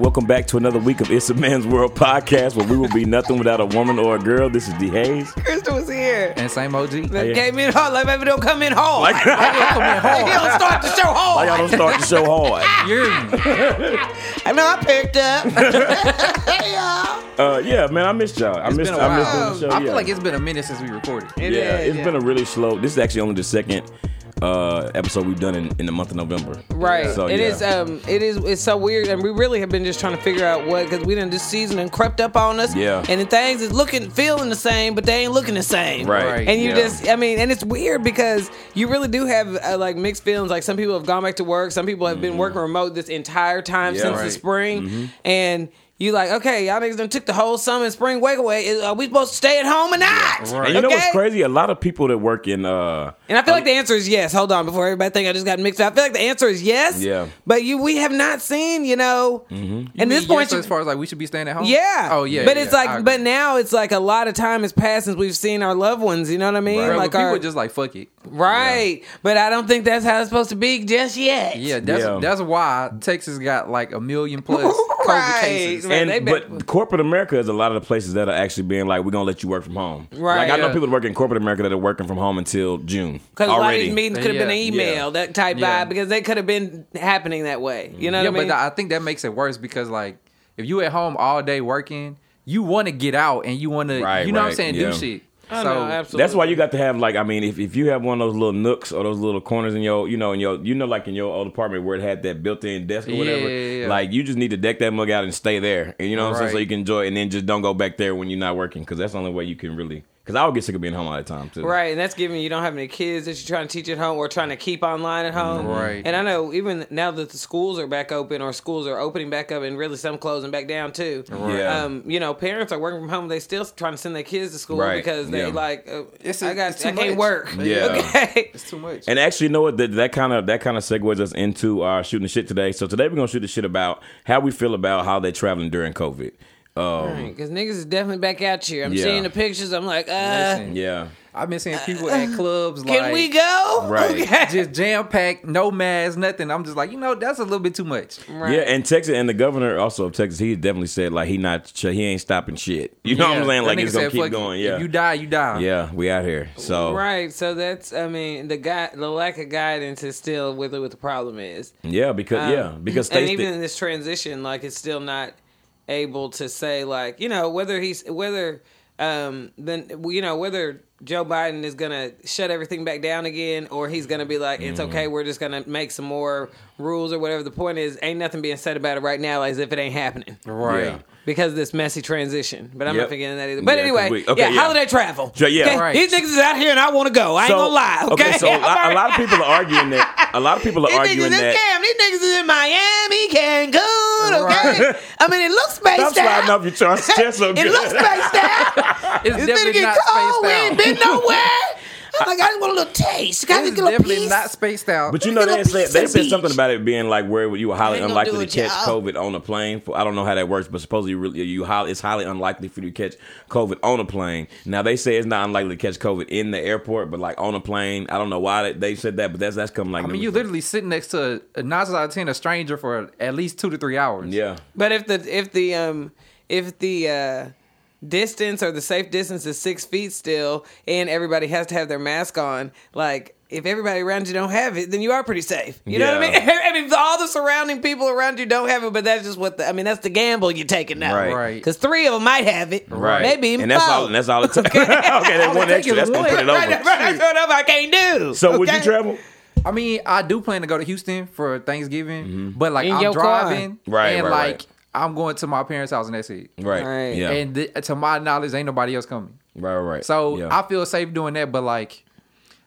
welcome back to another week of It's a Man's World podcast, where we will be nothing without a woman or a girl. This is D Hayes. Crystal was here. And same OG. They yeah. gave me the hard. Like, baby, don't come in hard. Like, Like, you don't start the show why y'all hard. don't start the show hard? You're I know I picked up. hey, y'all. Uh, yeah, man, I missed y'all. I missed. been a I missed while. doing the show. I yeah. feel like it's been a minute since we recorded. It yeah, is, it's been a really slow. This is actually only the second uh, episode we've done in, in the month of November. Right. So, It yeah. is. Um. It is. It's so weird, and we really have been just trying to figure out what because we done this season and crept up on us. Yeah. And the things is looking, feeling the same, but they ain't looking the same. Right. Right. And you yeah. just, I mean, and it's weird because you really do have uh, like mixed feelings. Like some people have gone back to work, some people have been working remote this entire Mm-hmm. Yeah. time since the Right. Mm-hmm. spring, and you like, okay, y'all niggas done took the whole summer and spring wake away. Is, are we supposed to stay at home or not? Right. And you know okay? what's crazy? A lot of people that work in uh, And I feel like the answer is yes. Hold on, before everybody think I just got mixed up. I feel like the answer is yes. Yeah. But you, we have not seen, you know. Mm-hmm. And this Yes, point, so you- as far as like we should be staying at home. yeah. Oh yeah. But yeah, it's yeah. like, I agree. but now it's like a lot of time has passed since we've seen our loved ones. You know what I mean? Right. Bro, Like people our, just like fuck it. right. But I don't think that's how it's supposed to be just yet. Yeah. That's Yeah. that's why Texas got like a million plus COVID Right. cases. Man, and they bet- but corporate America is a lot of the places that are actually being like, we're gonna let you work from home. Right. Like I know Yeah. people that work in corporate America that are working from home until June Because a lot of already. these meetings could have been an Yeah. email, Yeah. that type Yeah. vibe, because they could have been happening that way. You know yeah, what I mean? but I think that makes it worse because like if you at home all day working, you want to get out and you want to, Right, you know what right, I'm saying, yeah. do shit. Oh, so no, absolutely. That's why you got to have like I mean, if, if you have one of those little nooks or those little corners in your you know in your you know like in your old apartment where it had that built-in desk or whatever, Yeah, yeah, yeah. like you just need to deck that mug out and stay there, and you know what I'm saying, so Right. you can enjoy, it and then just don't go back there when you're not working because that's the only way you can really. Because I would get sick of being home all the time too. Right, and that's given you don't have any kids that you're trying to teach at home or trying to keep online at home. Right. And I know even now that the schools are back open or schools are opening back up and really some closing back down too. Yeah. Um, you know, parents are working from home. They still trying to send their kids to school Right, because they yeah. like uh, It's I a- got it's too I can't much. work. Yeah. Okay. it's too much. And actually, you know what? That that kind of that kind of segues us into our shooting the shit today. So today we're gonna shoot the shit about how we feel about how they're traveling during COVID. Um, Because niggas is definitely back out here. I'm Yeah. seeing the pictures. I'm like, uh, Listen, yeah, I've been seeing people at clubs like can we go? Right. Okay. just jam packed, no masks, nothing. I'm just like, you know, that's a little bit too much. Right. yeah. And Texas and the governor also of Texas, he definitely said like he not ch- he ain't stopping shit. You know what I'm Yeah, saying? that Like nigga it's gonna said, keep "Fuck it. going. If Yeah, you die, you die. yeah. We out here. So Right, so that's I mean the guy the lack of guidance is still with what the problem is. yeah, because yeah, because Um, and states even that- in this transition, like it's still not able to say like you know whether he's whether um then you know whether Joe Biden is gonna shut everything back down again or he's gonna be like it's okay Mm-hmm. we're just gonna make some more rules or whatever. The point is ain't nothing being said about it right now as if it ain't happening. Right. Yeah. Because of this messy transition, but I'm Yep. not forgetting that either. But Yeah, 'cause anyway, we- okay, yeah, yeah. holiday travel. Yeah, yeah. Okay? Right. These niggas is out here, and I want to go. I ain't so- gonna lie. Okay, so a, lot- a lot of people are arguing that. A lot of people are these niggas arguing in that. Cam. These niggas is in Miami, Cancun. Okay, Right. I mean it looks Stop spaced sliding out. off your chest chest so It good. looks spaced out. It's It's, gonna definitely get not cold. We spaced ain't out. been nowhere. I'm like, I just want a little taste. Can I just It's get a little definitely piece? not spaced out. But you know Little they said piece they of said beach. something about it being like where you were highly Ain't gonna unlikely to do it, catch y'all. COVID on a plane. For, I don't know how that works, but supposedly you really, you highly, it's highly unlikely for you to catch COVID on a plane. Now they say it's not unlikely to catch COVID in the airport, but like on a plane, I don't know why they, they said that, but that's that's coming like I mean, new- you literally sitting next to a, a nine out of ten a stranger for at least two to three hours. yeah. But if the if the um if the uh distance or the safe distance is six feet still, and everybody has to have their mask on, like. If everybody around you don't have it, then you are pretty safe. You know what I Yeah. mean? I mean, if all the surrounding people around you don't have it, but that's just what the, I mean, that's the gamble you're taking now. Right. Right. Because three of them might have it. Right, Maybe even and that's four. all. And that's all it takes. okay, that one take extra. is That's gonna one. put it right, right, over. right, right, right, I can't do. So would you okay? travel? I mean, I do plan to go to Houston for Thanksgiving, but like In your I'm car. driving, Mm-hmm. Right, and right, like right. I'm going to my parents' house and that's it. Right. Right. Yeah. And th- to my knowledge, ain't nobody else coming. right. Right. right. So yeah. I feel safe doing that, but like,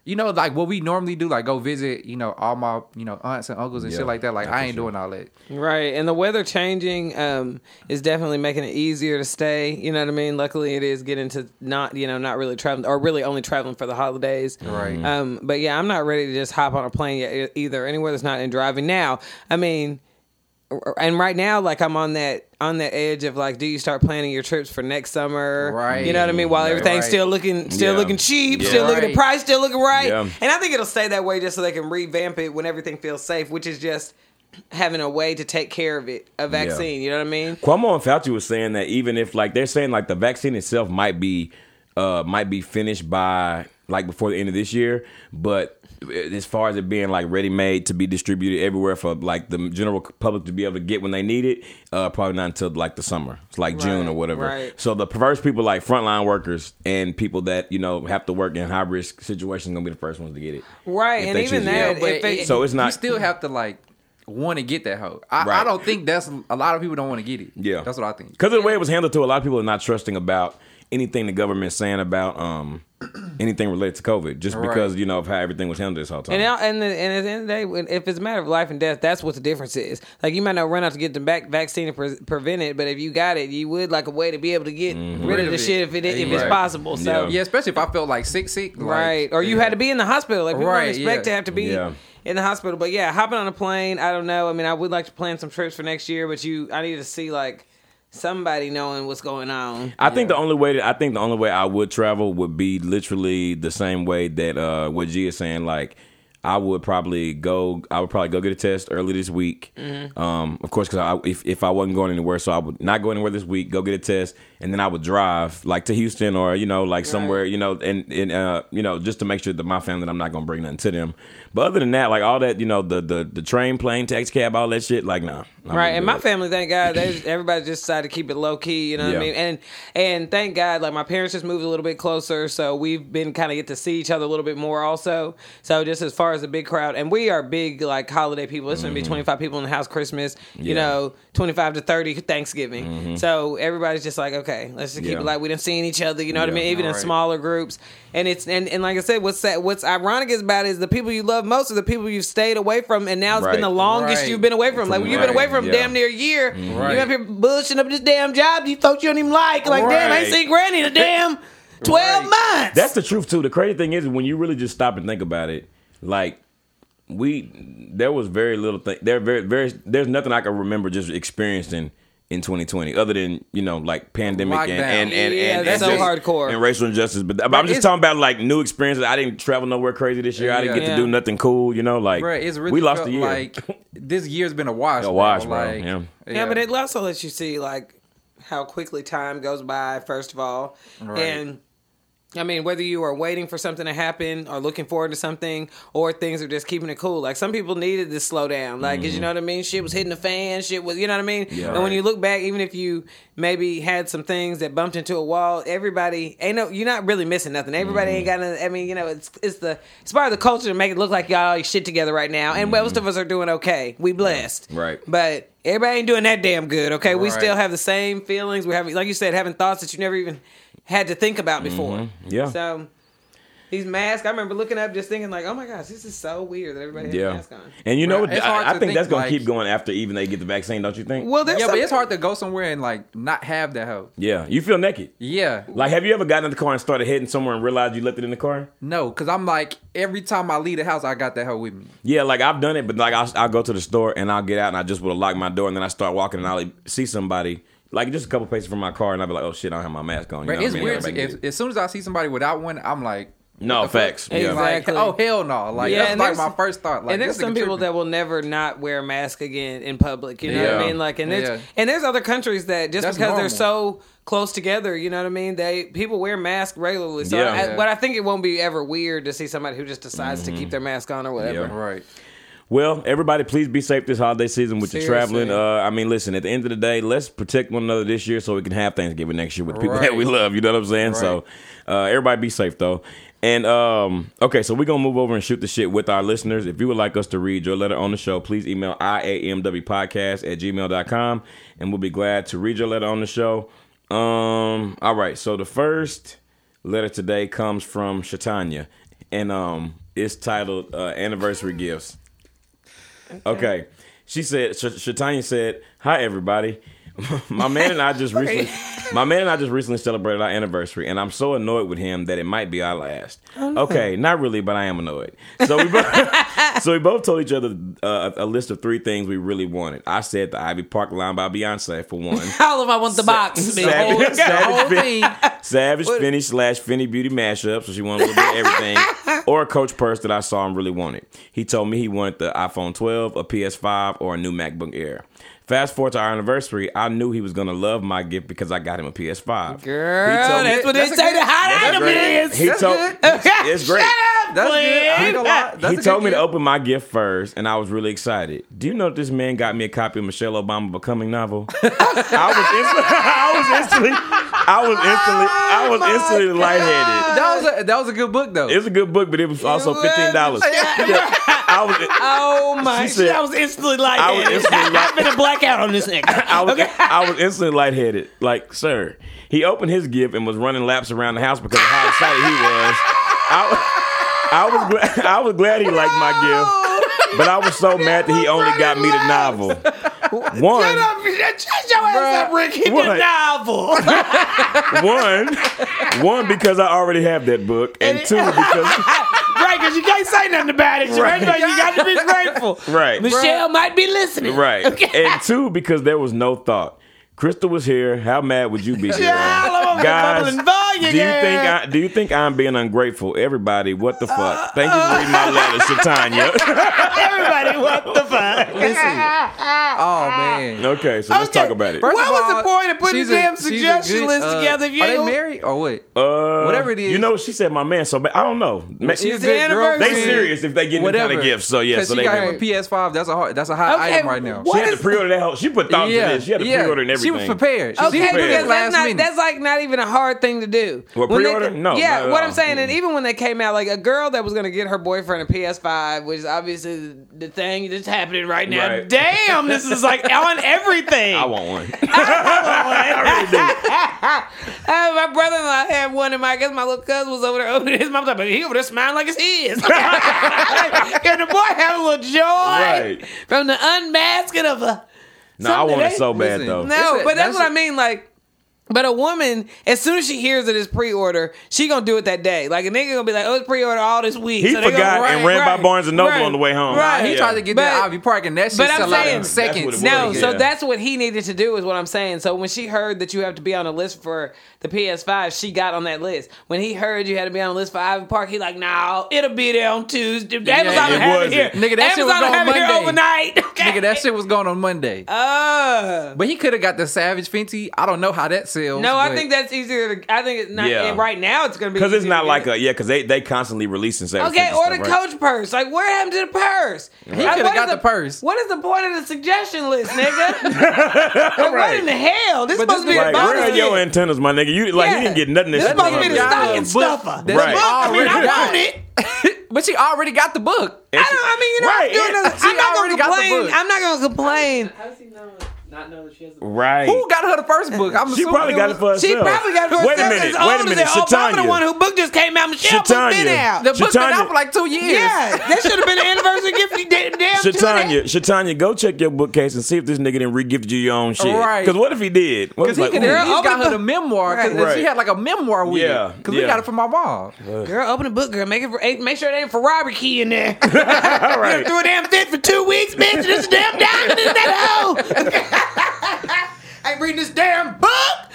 you know, like what we normally do, like go visit, you know, all my, you know, aunts and uncles and Yeah, shit like that. Like I I for ain't sure. doing all that. Right, and the weather changing um, is definitely making it easier to stay. You know what I mean? Luckily, it is getting to not you know not really traveling or really only traveling for the holidays. Mm-hmm. Right. Um, but yeah, I'm not ready to just hop on a plane yet e- either. Anywhere that's not in driving now. I mean, r- and right now, like I'm on that on that edge of like, do you start planning your trips for next summer? Right. You know what I mean? While Right, everything's right. still looking still Yeah. looking cheap, Yeah. still looking the Right. price, still looking right. Yeah. And I think it'll stay that way just so they can revamp it when everything feels safe, which is just having a way to take care of it, a vaccine. You know what I mean? Cuomo and Fauci was saying that even if like they're saying like the vaccine itself might be uh might be finished by like before the end of this year, but as far as it being like ready made to be distributed everywhere for like the general public to be able to get when they need it, uh probably not until like the summer. It's like June or Right, whatever. right. So the first people like frontline workers and people that, you know, have to work in high risk situations gonna be the first ones to get it. Right, If and they even choose- that, Yeah, But if it, it- So it's You not- still have to like want to get that hoe. I, I Right. don't think that's a lot of people don't want to get it. Yeah, that's what I think. Because of the way it was handled, too, a lot of people are not trusting about anything the government's saying about um anything related to COVID, just Right. because you know of how everything was handled this whole time. And now, and, the, and at the end of the day, when- if it's a matter of life and death, that's what the difference is. Like you might not run out to get the back vaccine to pre- prevent it, but if you got it, you would like a way to be able to get rid of the Rid of shit it. if it if it's Right. possible. So Mm-hmm. Yeah. Yeah, especially if I felt like sick, sick. like- right, or you had to be in the hospital. Like people Right, don't expect yeah. to have to be Yeah. in the hospital. But yeah, hopping on a plane, I don't know. I mean, I would like to plan some trips for next year, but you, I need to see like somebody knowing what's going on. I think the only way that I think the only way I would travel would be literally the same way that uh what G is saying, like I would probably go. I would probably go get a test early this week. Mm-hmm. Um, of course, because I, if if I wasn't going anywhere, so I would not go anywhere this week. Go get a test, and then I would drive like to Houston or you know like somewhere you know and and uh you know just to make sure that my family that I'm not gonna bring nothing to them. But other than that, like all that you know the the the train, plane, taxi cab, all that shit, like nah. I wouldn't Right, do and my it. family, thank God, they everybody just decided to keep it low key. You know what Yeah. I mean? And and thank God, like my parents just moved a little bit closer, so we've been kind of get to see each other a little bit more also. So just as far as the big crowd, and we are big like holiday people. It's gonna be twenty five people in the house Christmas. You Mm-hmm. Yeah. Mm-hmm. know, twenty five to thirty Thanksgiving. So everybody's just like, okay, let's just keep Yeah. it like we didn't see each other. You know what I Yeah. mean? Even in Right. smaller groups, and it's and, and like I said, what's that? What's ironic is about it is the people you love most are the people you've stayed away from, and now it's been Right. the longest Right. you've been away from. Like you've been Right, away from yeah. Mm-hmm. damn near a year. Right. You up here bullshitting up this damn job you thought you don't even like. Like, damn, I ain't Right. seen Granny in a damn 12 Right. months. That's the truth too. The crazy thing is when you really just stop and think about it, like we there was very little thing there very very there's nothing I can remember just experiencing in 2020 other than you know like pandemic and Lockdown. and, and, Yeah, and, that's and so hardcore. and racial injustice but, but i'm it's- just talking about like new experiences i didn't travel nowhere crazy this year i didn't Yeah. get Yeah. to do nothing cool you know like Bruh, it's really we lost felt a year Like this year's been a wash. A wash, bro, Like, yeah. yeah. but it also lets you see, like, how quickly time goes by, first of all. Right. And. I mean, whether you are waiting for something to happen or looking forward to something, or things are just keeping it cool. Like some people needed to slow down, like 'cause you know what I mean. Shit was hitting the fan. Shit was, you know what I mean. Yeah. and when you look back, even if you maybe had some things that bumped into a wall, everybody ain't no. You're not really missing nothing. Everybody ain't got. Nothing, I mean, you know, it's it's the it's part of the culture to make it look like y'all your shit together right now. And most of us are doing okay. We blessed, Right. But everybody ain't doing that damn good. Okay, we Right. still have the same feelings. We're having, like you said, having thoughts that you never even had to think about before. yeah So these masks, I remember looking up just thinking like, oh my gosh, this is so weird that everybody has a yeah mask on. and you know Bruh, what it's hard i, I to think, that's think, gonna like- keep going after even they get the vaccine don't you think Well, there's yeah, some- but it's hard to go somewhere and like not have that hoe. yeah you feel naked Yeah, like have you ever gotten in the car and started heading somewhere and realized you left it in the car no, because I'm like every time I leave the house, I got that hoe with me. Yeah, like I've done it, but like I'll, I'll go to the store and I'll get out and I just would have locked my door and then I start walking and I'll like, see somebody like just a couple paces from my car and I'll be like, oh shit, I don't have my mask on. You But know it's what I mean? weird. Like, As, as soon as I see somebody without one, I'm like, no the fuck? facts. Yeah. Exactly. like, oh hell no! Like Yeah, that's and like there's- my first thought. Like and there's this some nigga people tripping. that will never not wear a mask again in public. You know what Yeah. I mean? Like, and there's Yeah. and there's other countries that just That's because they're so normal. close together, you know what I mean? They people wear masks regularly. So, Yeah. I, Yeah. Mm-hmm. but I think it won't be ever weird to see somebody who just decides to keep their mask on or whatever. Yeah. right. Well, everybody, please be safe this holiday season with your Seriously. traveling. Uh, I mean, listen, at the end of the day, let's protect one another this year so we can have Thanksgiving next year with the people that Right. we love. You know what I'm saying? So, uh, everybody be safe though. And um, okay, so we're gonna move over and shoot the shit with our listeners. If you would like us to read your letter on the show, please email iamwpodcast at gmail.com and we'll be glad to read your letter on the show. Um, all right, so the first letter today comes from Shatanya, and um, it's titled uh, Anniversary Gifts. Okay. She said, Sh- Shatanya said, "Hi everybody. my man and I just recently, my man and I just recently celebrated our anniversary, and I'm so annoyed with him that it might be our last. Oh, Okay, not really, but I am annoyed. So we both, so we both told each other uh, a a list of three things we really wanted. I said the Ivy Park line by Beyonce for one." All of I want the box. Savage- bitch. whole- the Savage whole Fin- thing. Savage Finny slash Finny Beauty mashup. So she wanted a little bit of everything. or a Coach purse that I saw and really wanted. He told me he wanted the iPhone 12, a PS5, or a new MacBook Air. Fast forward to our anniversary, I knew he was gonna love my gift because I got him a PS5. Girl, He told me- that's what they That's a say the good- hot that's item great. is. He That's told good. it's great. Shut up, That's good. I Glenn. ain't gonna lie. That's a he good told me to gift. open my gift first, and I was really excited. Do you know that this man got me a copy of Michelle Obama Becoming novel? I was instantly, I was instantly, I was instantly, I was instantly lightheaded. That was a, that was a good book though. It's a good book, but it was also was- fifteen dollars. I was, Oh my! She said- shit, I was instantly like, I was instantly like- I've been a blackout on this nigga. I was, I was instantly lightheaded. Like, sir, he opened his gift and was running laps around the house because of how excited he was. I, I was glad, I was glad he liked my gift, but I was so mad that he only got me the novel. One, Shut your ass up, Rick. He What? did novel. one, one because I already have that book, and two because right, because you can't say nothing about it. Right. Right. You got to be grateful. Right. Michelle might be listening. right, Okay. and two because there was no thought. Crystal was here. How mad would you be? Jerome? Child, I'm over here Guys, bubbling volume, do you yeah. think I do you think I'm being ungrateful? Everybody, what the fuck? Thank you for reading my letter, Shatanya. Everybody, what the fuck? oh man. okay, so let's Okay. talk about it. First- First What of was the all, point of putting she's the damn she's uh, suggestion list together if you are they ain't gonna- married or what? Uh, Whatever it is. you know, she said my man. So bad. I don't know. Ma- She's It's a good the anniversary. they girlfriend. serious if they get any kind Whatever. of gifts. So yeah, 'Cause so she they. got her been- PS Five. That's a hard, that's a high Okay, item right now. what she had to pre-order that whole. She put thought Yeah, into this. She had to yeah. pre-order and She everything. was prepared. She Okay, didn't do prepared. this because that's last not minute. that's like not even a hard thing to do. Well, When they- pre-order? No, not yeah. at What all. I'm saying, and even when they came out, like a girl that was gonna get her boyfriend a PS5, which is obviously the thing that's happening right now. Right. Damn, this is like on everything. I want one. Uh, my brother-in-law had one in my. I guess my little cousin was over there opening his mouth, like, but he over there smiling like it's his. Can the boy have a little joy Right. from the unmasking of a? No, I Something want it they- so bad Listen, though. No, no, That's a- but that's, that's what I a- mean. Like, but a woman, as soon as she hears it is pre-order, she gonna do it that day. Like a nigga gonna be like, "Oh, it's pre-order all this week." He they gonna- forgot and ran by Barnes and Noble right, on the way home. Right. he Yeah. tried to get But- that Ivy Park, and that shit but I'm sell out saying- in That's what it seconds. was. No, so Yeah. that's what he needed to do is what I'm saying. So when she heard that you have to be on a list for the PS5, she got on that list. When he heard you had to be on a list for Ivy Park, he like, nah, it'll be there on Tuesday. Amazon will it have it here. wasn't. Nigga, that shit was Amazon will on have it here Monday. overnight. Okay. Nigga, that shit was going on Monday. Uh, But he could have got the Savage Fenty. I don't know how that sells. no, I but- think that's easier. To, I think it's not. Yeah. and Right now, it's gonna be Because it's easier not to like get. a yeah. Because they they constantly releasing sex. Okay, or the stuff, right? coach purse. Like, what happened to the purse? He coulda got the purse. What is the point of the suggestion list, nigga? like, What Right. in the hell? This But supposed to this be is a Like, where are bonus. your kid. antennas, my nigga? You like Yeah. you didn't get nothing. This that's supposed to be sitting the on got stocking your- book. stuffer. That's Right. The book, I mean, already I got want it. it. but she already got the book. I don't. I mean, you know, Right. I'm, doing this. She I'm not gonna already got the complain. book. I'm not gonna complain. How does he know, not know that she has a Right. Who got her the first book? I'm She assuming probably got it for herself. She probably got her Wait a herself minute. Wait as a old minute. as that. Oh, I'm the one Shatanya. who booked just came out. Michelle booked it Shatanya. out. the book been Shatanya- out for like two years. Yeah, that should have been an anniversary gift. You did damn to that. Shatanya, Shatanya, go check your bookcase and see if this nigga didn't regifted you your own shit. Right. Because what if he did? What Because if, he could Girl, have he's open got her the- the memoir. Because Right. she had like a memoir with Yeah, it. Because we yeah. got it from my mom. Girl, open the book, girl. Make it for, eh, make sure it ain't Ferrari key in there. all right. Threw a damn fit for two weeks, bitch. This damn diamond in that hole. I ain't reading this damn book.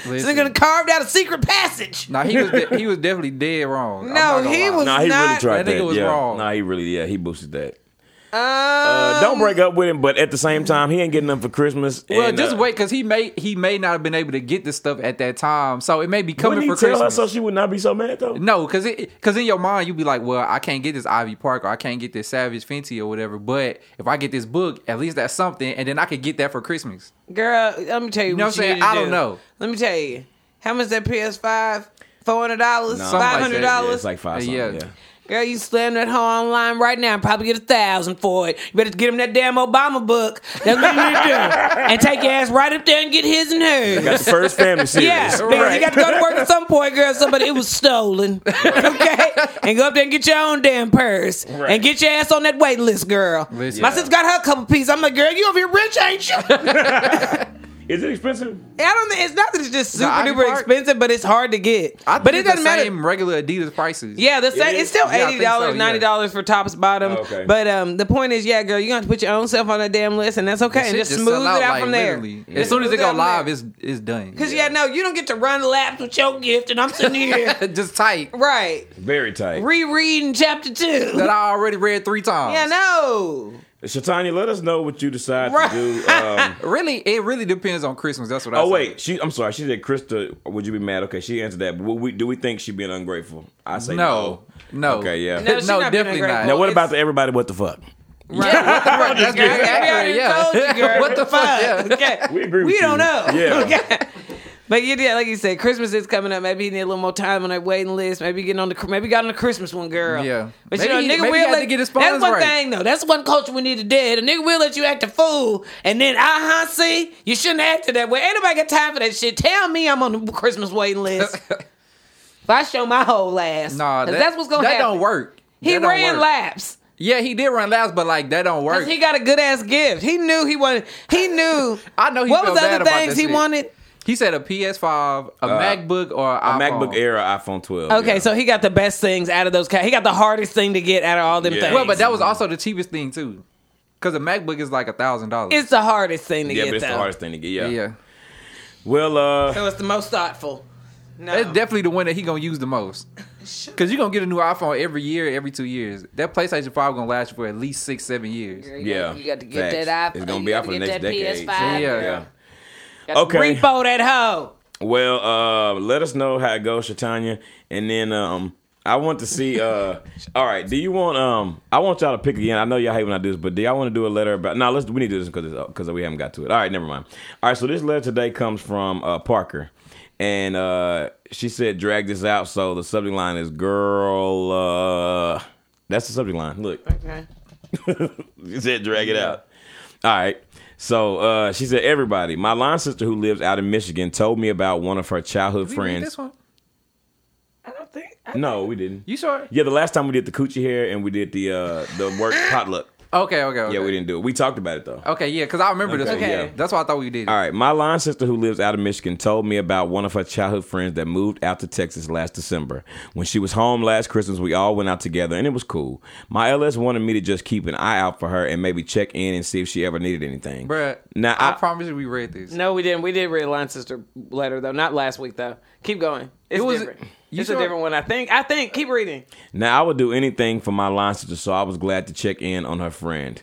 So they're Listen. gonna carve out a secret passage. Now he was de- he was definitely dead wrong. I'm not No, gonna he lie. was Nah, he really not- tried That nigga that. was yeah. wrong. Nah, he really yeah. He boosted that. Uh, Uh, don't break up with him, but at the same time, he ain't getting nothing for Christmas. Well, and, just uh, wait, because he may he may not have been able to get this stuff at that time, so it may be coming Wouldn't he for tell her Christmas. so she would not be so mad though? no, because because in your mind you be like, well, I can't get this Ivy Park or I can't get this Savage Fenty or whatever, but if I get this book, at least that's something, and then I could get that for Christmas. girl, let me tell you. know what what I'm you need saying? to I don't do. know. Let me tell you. How much that PS5? Four hundred dollars, Nah, five like hundred that, Yeah, dollars. it's like five. Yeah. something, yeah. Girl, you slam that hoe online right now and probably get a thousand for it. You better get him that damn Obama book. That's what you need to do. And take your ass right up there and get his and hers. Got the first family series. Yeah, because you got to go to work at some point, girl. Somebody, it was stolen. Okay? And go up there and get your own damn purse. Right. And get your ass on that wait list, girl. Listen. My Yeah. sister got her a couple pieces. I'm like, girl, you over here rich, ain't you? Is it expensive? I don't. think It's not that it's just super The Ivy duper Park- expentive, but it's hard to get. I but think it it's the doesn't matter. Same regular Adidas prices. Yeah, the same. is? It's still Yeah, I think eighty dollars, so, yeah. ninety dollars for tops bottom. Oh, okay. But um, the point is, yeah, girl, you are gonna have to put your own self on that damn list, and that's okay. That and shit just, just smooth sell it out like, from there. literally. Just As soon as smooth out it go from live, there. it's it's done. Cause yeah. no, you don't get to run laps with your gift, and I'm sitting here, just tight right, Very tight. rereading chapter two. that I already read three times. Yeah, no, Shatanya, let us know what you decide Right. to do. Um, Really, it really depends on Christmas. That's what I. oh say. wait, she. I'm sorry. She said, "Krista, would you be mad?" Okay, she answered that. But would we, do we think she being ungrateful? I say no, no. no. Okay, yeah. no, she's No, not being definitely ungrateful. not. Now, what It's- about the everybody? What the fuck? Right. Right, that's Girl, very we accurate. already Yeah. told you, girl. what the fuck? Yeah. Okay. We agree with We you. don't know. Yeah. Okay. But you yeah, like you said, Christmas is coming up. Maybe you need a little more time on that waiting list. Maybe getting on the maybe got on the Christmas one, girl. Yeah. But Maybe you he- know, nigga maybe he will had let to get his That's funds one right. thing though. That's one culture we need to dead. A nigga will let you act a fool, and then uh huh, see, you shouldn't act that way. Ain't nobody got time for that shit. Tell me I'm on the Christmas waiting list. if I show my whole ass, Nah, 'Cause that, that's what's gonna that happen. don't work. He That don't ran work. laps. Yeah, he did run last, but like that don't work. Because he got a good ass gift. He knew he wanted. He knew. I know he what felt was the bad other about things that he shit. wanted? He said a PS5, a MacBook, or Uh, A an MacBook iPhone. Air, or iPhone 12. Okay, yeah. so he got the best things out of those. Ca- he got the hardest thing to get out of all them Yeah. things. Well, Well, but that was also the cheapest thing too, because a MacBook is like a thousand dollars. it's the hardest thing to yeah, get. but it's though. the hardest thing to get. Yeah. Yeah, Well, uh, So it's the most thoughtful. No, that's definitely the one that he gonna use the most. Cause you gonna get a new iPhone every year, every two years. That PlayStation Five gonna last you for at least six, seven years. Girl, you yeah. got- you got to get Facts. that iPhone. It's gonna You be got out to for the next get that decade. PS5. Yeah. yeah. Got to Okay. repo that hoe. Well, uh, let us know how it goes, Shatanya, and then um, I want to see. Uh, all right, do you want? Um, I want y'all to pick again. I know y'all hate when I do this, but do y'all want to do a letter about? No, let's. We need to do this because because we haven't got to it. All right, never mind. All right, so this letter today comes from uh, Parker, and uh, she said drag this out. So the subject line is girl. Uh, that's the subject line. Look. Okay. She said, drag it out. All right. So uh, she said, everybody, my line sister who lives out in Michigan told me about one of her childhood We read friends. This one, I don't think. No, we didn't. you sure? Yeah, the last time we did the coochie hair and we did the uh, the work potluck. Okay, okay, okay. Yeah, we didn't do it. We talked about it though. Okay, yeah, because I remember this Okay, one. yeah. That's why I thought we did. it. All right, my line sister who lives out of Michigan told me about one of her childhood friends that moved out to Texas last December. When she was home last Christmas, we all went out together and it was cool. My LS wanted me to just keep an eye out for her and maybe check in and see if she ever needed anything. Bruh, now I, I, promise you we read this. No, we didn't. We did read Line Sister letter though. Not last week though. Keep going. It's It was- different. you It's a sure? different one. I think. I think. Keep reading. Now I would do anything for my line sister, so I was glad to check in on her friend.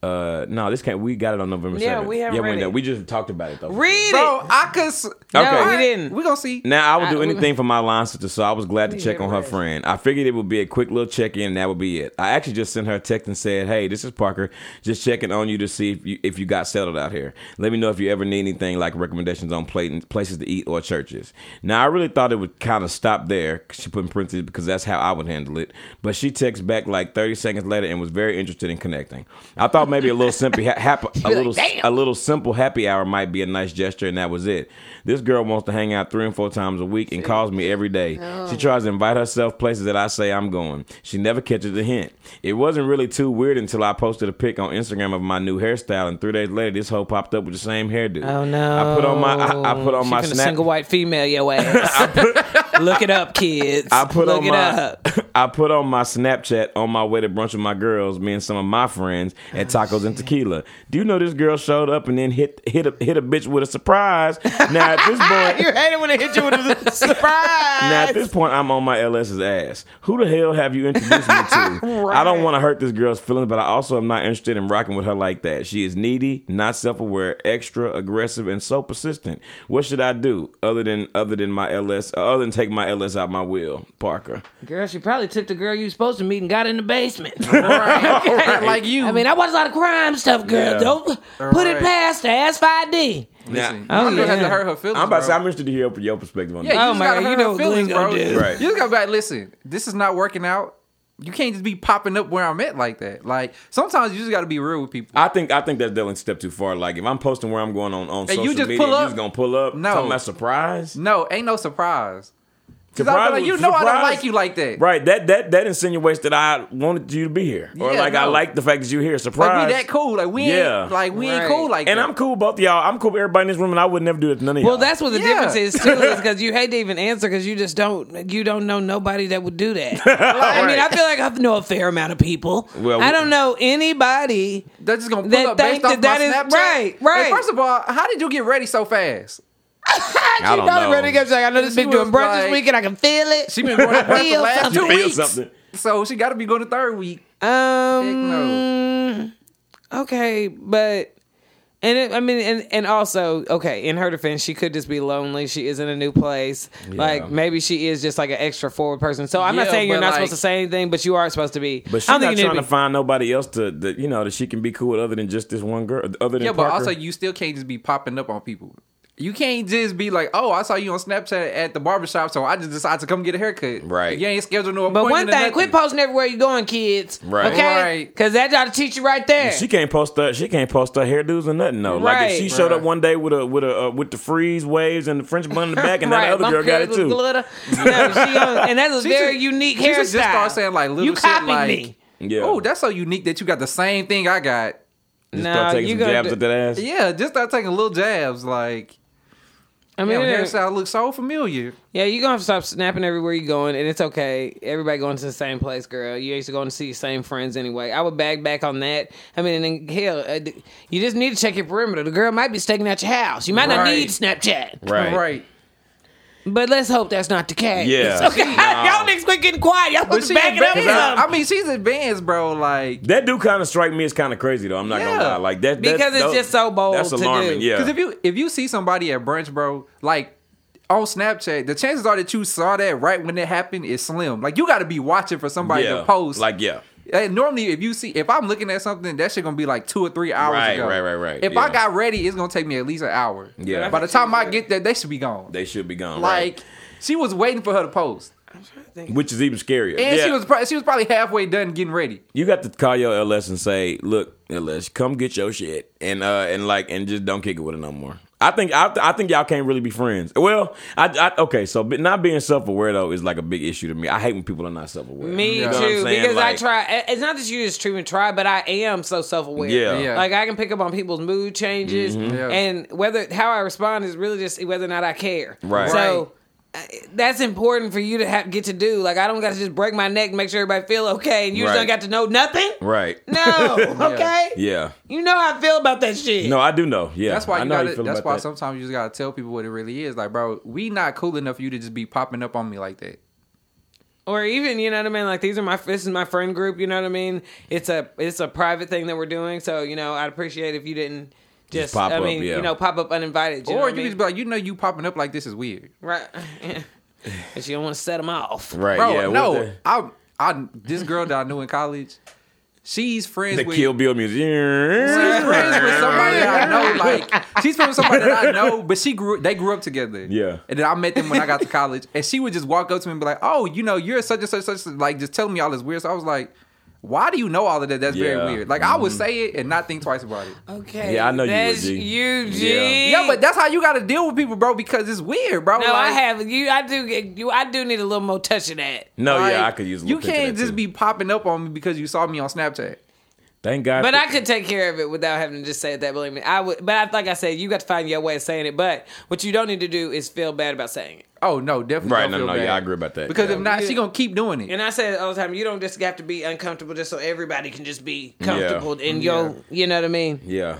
Uh, no, this can't. We got it on November. Yeah, 7th. we haven't Yeah, read we, know. it. we just talked about it though. Read Bro, it. I could. s- Okay. we didn't. We gonna see. Now I would do I- anything for my line sister, so I was glad to check on her read. friend. I figured it would be a quick little check in, and that would be it. I actually just sent her a text and said, "Hey, this is Parker. Just checking on you to see if you if you got settled out here. Let me know if you ever need anything like recommendations on plate, places to eat or churches." Now I really thought it would kind of stop there. She put in parentheses because that's how I would handle it. But she texts back like 30 seconds later and was very interested in connecting. I thought maybe a little simple, ha- hap- a little "Damn." a little simple happy hour might be a nice gesture, and that was it. This girl wants to hang out three and four times a week and calls me every day. She Oh. tries to invite herself places that I say I'm going. She never catches a hint. It wasn't really too weird until I posted a pic on Instagram of my new hairstyle, and three days later, this hoe popped up with the same hairdo. Oh no! I put on my I, I put on she my finna snap. single white female your ass. Look it up, kids. I put Look on it my up. I put on my Snapchat on my way to brunch with my girls, me and some of my friends at Oh, tacos and tequila. Do you know this girl showed up and then hit hit a, hit a bitch with a surprise? Now at this point, You hate it when they hit you with a surprise. now at this point, I'm on my LS's ass. Who the hell have you introduced me to? I don't want to hurt this girl's feelings, but I also am not interested in rocking with her like that. She is needy, not self-aware, extra aggressive, and so persistent. What should I do other than other than my LS, other than take my LS out my will, Parker? Girl, she probably took the girl you supposed to meet and got in the basement. Right, like you. I mean, I watch a lot of crime stuff, girl. Yeah. Don't put it Right. past the ass 5D. Now, I don't Oh, have yeah. to hurt her feelings. I'm about to say bro. I'm interested to hear your- your perspective on Yeah, you that. Oh just my gotta God, you hurt know her what feelings, Glenn gonna bro. do. Right. You just gotta be like, listen, this is not working out. You can't just be popping up where I'm at like that. Like sometimes you just gotta be real with people. I think I think that's definitely a step too far. Like if I'm posting where I'm going on on you social just media, pull you up? just gonna pull up. No. talking about surprise. No, ain't no surprise. Because I like, Surprise- you know I don't surprise- like you like that. Right, that that that insinuates that I wanted you to be here, or Yeah, like I no. like the fact that you're here. Surprise! Like we that cool. Like we Yeah. ain't like we Right. ain't cool like and that. I'm cool with both of y'all. I'm cool with everybody in this room, and I would never do it to none of y'all. Well, that's what the Yeah. difference is too, is because you hate to even answer because you just don't you don't know nobody that would do that. I mean, I feel like I know a fair amount of people. Well, I don't know anybody. They're just gonna pull They up think based off that my that is- Snapchat. right, And right. first of all, how did you get ready so fast? I don't know. like, I know this She bitch doing was brunch this like- week and I can feel it. She been going to brunch the Feel last something. two Feel weeks, something. so she got to be going to third week. Um, okay, but and it, I mean, and and also, okay, in her defense, she could just be lonely. She is in a new place. Like maybe she is just like an extra forward person. So I'm not Yeah, saying you're but, not like- supposed to say anything, but you are supposed to be. But she's I don't not think you trying need to to be. find nobody else to that you know that she can be cool with other than just this one girl. Other than Yeah, but Parker. also you still can't just be popping up on people. You can't just be like, "Oh, I saw you on Snapchat at the barbershop, so I just decided to come get a haircut." Right. You ain't scheduled no But appointment. one or thing, quit nothing. posting everywhere you going, kids. Right. Okay. Right. Because that gotta teach you right there. she can't post her she can't post her hairdos or nothing though. Like if she Right. showed up Right. one day with a with a uh, with the freeze waves and the French bun in the back, and that other bump girl got it heads too. with glitter. No, she gonna- and that's a She very should- unique she hairstyle. should just start saying, like, little you shit copied like- me. Yeah. Oh, that's so unique that you got the same thing I got. Just No, start taking you some gonna jabs do- at that ass. Yeah, just start taking little jabs. Like, I mean, damn, it- hairstyle looks so familiar. Yeah, you're gonna have to stop snapping everywhere you're going, and it's okay. Everybody going to the same place, girl. You used to go and see your same friends anyway. I would bag back on that. I mean, and then, hell, uh, d- you just need to check your perimeter. The girl might be staking out your house. You might not Right. need Snapchat. Right. right. But let's hope that's not the case. Yeah. Okay. Y'all niggas quit getting quiet. Y'all But supposed she to back it up or advanced. I something. mean, she's advanced, bro. Like, That do kind of strike me as kind of crazy though. I'm not gonna Yeah. lie. Like that that- Because it's those- just so bold That's to do. alarming. Yeah. because if you if you see somebody at brunch, bro, like on Snapchat, the chances are that you saw that right when it happened is slim. Like, you got to be watching for somebody yeah. to post. Like yeah. And normally, if you see, if I'm looking at something, that shit gonna be like two or three hours Right, ago. right, right, right. If Yeah. I got ready, it's gonna take me at least an hour. Yeah. By the time I get there, they should be gone. They should be gone. like, Right. she was waiting for her to post, Which is even scarier. and she Yeah. was pro- she was probably halfway done getting ready. you got to call your LS and say, "Look, LS, come get your shit," and uh, and like, and just don't kick it with it no more. I think I, I think y'all can't really be friends. Well, I, I okay, so but not being self aware though is like a big issue to me. I hate when people are not self aware. Me Yeah. You know what too, I'm saying? because I Like- try. It's not that you just treat and try, but I am so self aware. Yeah. Mm-hmm. Yeah. like I can pick up on people's mood changes, Yeah. and whether how I respond is really just whether or not I care. Right. So uh, that's important for you to have, get to do. Like I don't got to just break my neck, and make sure everybody feel okay, and you just Right. don't got to know nothing. Right? No, okay. Yeah. You know how I feel about that shit. No, I do know. Yeah, That's why I you know how gotta. feel that's about why that. sometimes you just gotta tell people what it really is. Like, bro, we not cool enough for you to just be popping up on me like that. or even you know what I mean. Like these are my this is my friend group. You know what I mean. It's a it's a private thing that we're doing. So you know I'd appreciate if you didn't just, pop I up, mean yeah. you know pop up uninvited. You know or what I you can mean? just be like, you know, you popping up like this is weird, right. But you don't want to set them off. Right? bro. yeah. what no, the- I, I, this girl that I knew in college, she's friends The with Kill Bill music. She's Yeah. friends with somebody that I know. Like she's friends with somebody that I know, but she grew. They grew up together. Yeah. And then I met them when I got to college, and she would just walk up to me and be like, "Oh, you know, you're such and such such." Like just telling me all this weird. So I was like. Why do you know all of that? That's Yeah. Mm-hmm. very weird. Like I would say it and not think twice about it. Okay. Yeah, I know you would, that's G. you, G. Yeah, but that's how you got to deal with people, bro. Because it's weird, bro. no, I Like, have you. I do get you. I do need a little more touch of that. No, Oh, yeah, I like, could use. A You little pick of can't that, just too. be popping up on me because you saw me on Snapchat. Thank God. But for- I could take care of it without having to just say it that. Believe me, I would. But I, like I said, you got to find your way of saying it. But what you don't need to do is feel bad about saying it. Oh no, definitely. Right, don't no, feel no, bad. yeah, I agree about that. Because Yeah. if not, Yeah. she gonna keep doing it. And I say it all the time, you don't just have to be uncomfortable just so everybody can just be comfortable in Yeah. your, you know what I mean? Yeah.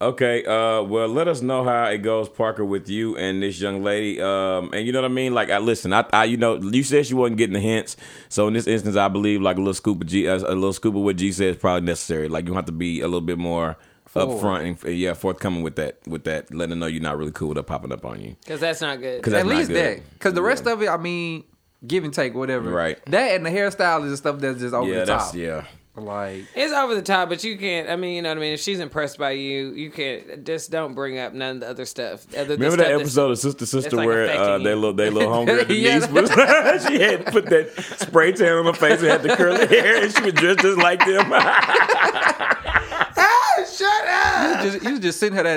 Okay. Uh. Well, let us know how it goes, Parker, with you and this young lady. Um. And you know what I mean. Like, I listen. I. I. You know. You said she wasn't getting the hints. So in this instance, I believe like a little scoop of G. A, a little scoop of what G said is probably necessary. Like you have to be a little bit more Forward. upfront and yeah, forthcoming with that. With that, letting her know you're not really cool with her popping up on you. Because that's not good. 'Cause At not least good. that, because the rest of it, I mean, give and take, whatever. Right. That and the hairstyle is the stuff that's just over Yeah. the that's top. yeah. Like, It's over the top, but you can't, I mean, you know what I mean? If she's impressed by you, you can't, just don't bring up none of the other stuff. Other than Remember that stuff that's- episode of Sister Sister like, where uh, affecting they you. little they little homegirl Yeah. Denise was she had put that spray tan on her face and had the curly hair and she was dressed just like them. Shut up! was just you was just sitting her that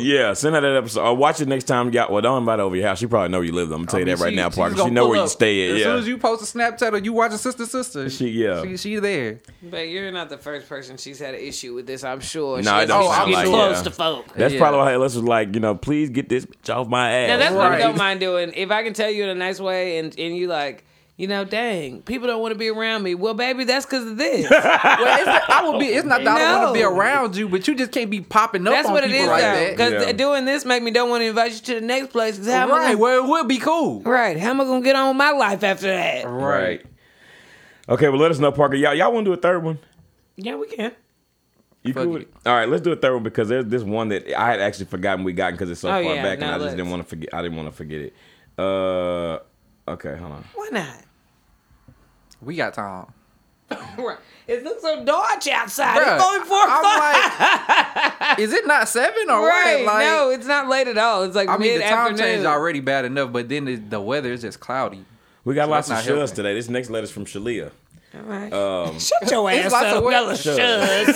Yeah, send her that episode. Or watch it next time. you Got well, don't invite her over your house. She probably know where you live. I'm gonna tell you that right now, partner. She know where you stay at. As yeah, soon as you post a Snapchat or you watching Sister Sister, She- yeah. she, she there. But you're not the first person she's had an issue with this, I'm sure. No, it She's don't just sound getting like it. close Yeah. to folk. that's Yeah. probably why Ellis was like, you know, please get this bitch off my ass. Now that's what I Right. don't mind doing. If I can tell you in a nice way, and and you like, you know, dang, people don't want to be around me. Well, baby, that's because of this. Well, it's not, I would be. It's not that I don't want to be No. around you, but you just can't be popping up. that's on what it people is, like though. That. Because Yeah. doing this make me don't want to invite you to the next place. 'cause How am I Right. gonna- Well, it would be cool. right? How am I gonna get on with my life after that? right. Okay, well, let us know, Parker. Y'all, y'all want to do a third one? Yeah, we can. You Fuck cool with it. it? All right, let's do a third one because there's this one that I had actually forgotten we got because it's so Oh, far yeah, back, and now I just didn't let's- want to forget. I didn't want to forget it. Uh, okay, hold on. Why not? We got time. Right. It looks so dark outside. Bruh, it's going for I'm like, is it not seven or Right. what? Like, no, it's not late at all. It's like I mean, the mid time afternoon. change already bad enough, but then the, the weather is just cloudy. We got lots of that's not shuds helping. today. This next letter's from Shalia. Shut your It's ass lots up, of Bella. work. Shush.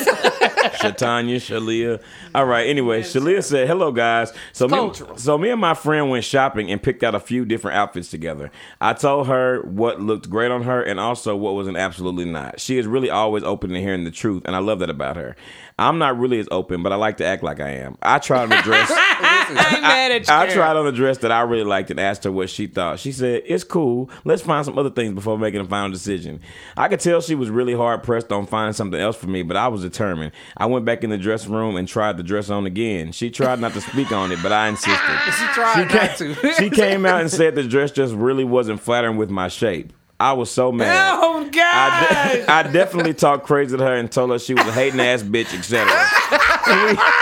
Shatanya, Shalia. All right. Anyway, Shalia said, "Hello, guys." So me, Cultural. so me and my friend went shopping and picked out a few different outfits together. I told her what looked great on her and also what was an absolutely not. She is really always open to hearing the truth, and I love that about her. I'm not really as open, but I like to act like I am. I tried on a dress. I ain't mad at you. I tried on a dress that I really liked and asked her what she thought. She said, It's cool. Let's find some other things before making a final decision. I could tell she was really hard pressed on finding something else for me, but I was determined. I went back in the dress room and tried the dress on again. She tried not to speak on it, but I insisted. She tried not to. She came out and said the dress just really wasn't flattering with my shape. I was so mad. Oh God! I, de- I definitely talked crazy to her and told her she was a hating ass bitch, etc.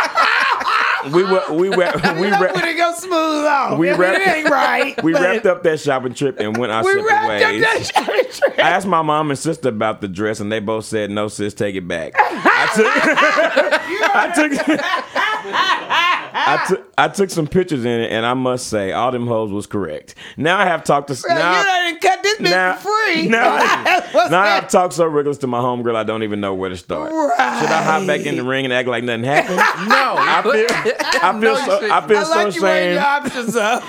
We we were, we were, we were, it go smooth off. We wrapped- right. we but wrapped up that shopping trip and went our We separate wrapped ways. up that shopping trip. I asked my mom and sister about the dress, and they both said, "No, sis, take it back." I took, I took, I took, I took some pictures in it, and I must say, all them hoes was correct. Now I have talked to Bro, now, you done cut this bitch now- for free. Now, What's now I that? have talked so reckless to my homegirl, I don't even know where to start. Should I hop back in the ring and act like nothing happened? No, I feel, I feel, No, you so, I shouldn't. feel I like so you weighing ashamed. your options up.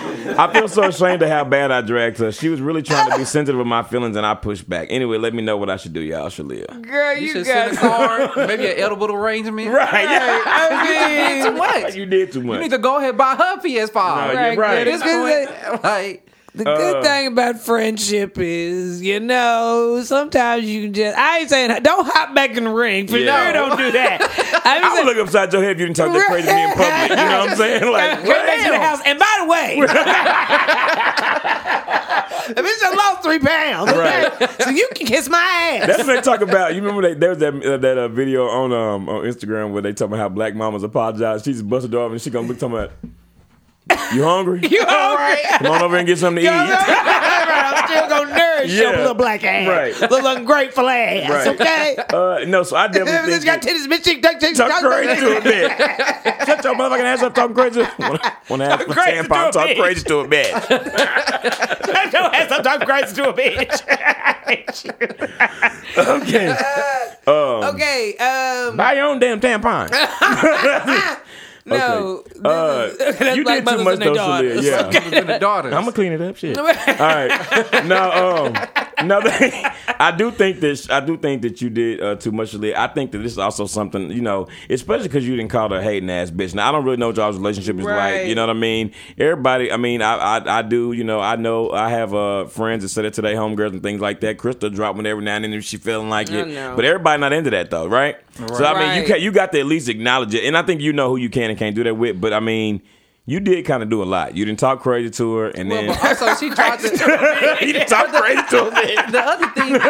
I feel so ashamed of how bad I dragged her. She was really trying to be sensitive with my feelings, and I pushed back. Anyway, let me know what I should do, y'all. Shalia. Girl, you you, should got send a card, maybe an edible arrangement. Right. I Too mean, much. You did too much. You need to go ahead and buy her PS5. No, Right, you're right. good. This is it. like the good Uh, thing about friendship is, you know, sometimes you can just. I ain't saying don't hop back in the ring. For Yeah. sure, don't do that. I'm I would look upside your head if you didn't talk that crazy to me in public. You know what I'm saying? Like, Came back to the Oh, damn. house, and by the way, the bitch done lost three pounds. okay? So you can kiss my ass. That's what they talk about. You remember they, there was that uh, that uh, video on um on Instagram where they talk about how black mamas apologize. She just busted off and she gonna look talking about. You hungry? you all right? Come on over and get something to All eat. right, I'm still gonna nourish your Yeah. little black ass, Right. little ungrateful ass. Right. Okay. Uh, no, so I This definitely bitch think got that- titties, bitch. She duck, duck, talk duck, crazy duck. to a bitch. Shut your motherfucking ass up talking crazy. Wanna ask for crazy to a tampon, talk bitch. crazy to a bitch. Shut your ass up, talk crazy to a bitch. Okay. okay. Um. Buy your own damn tampon. No. Okay. Uh, you did too much though, Shalia. Yeah. to the daughters. I'm gonna clean it up, shit. All right, no, um, no, they- I do think this. I do think that you did uh, too much of it. I think that this is also something you know, especially because you didn't call her a hating ass bitch. Now I don't really know what y'all's relationship is Right. like. You know what I mean? Everybody, I mean, I, I, I do. You know, I know. I have uh, friends that said it today, homegirls and things like that. Krista drop one every now and then if she feeling like I it, know. but everybody not into that though, right? So I mean, you Right. can, you got to at least acknowledge it, and I think you know who you can and can't do that with. But I mean. You did kind of do a lot. You didn't talk crazy to her, and Well, then but also she tried to. he didn't talk crazy to him. The other thing is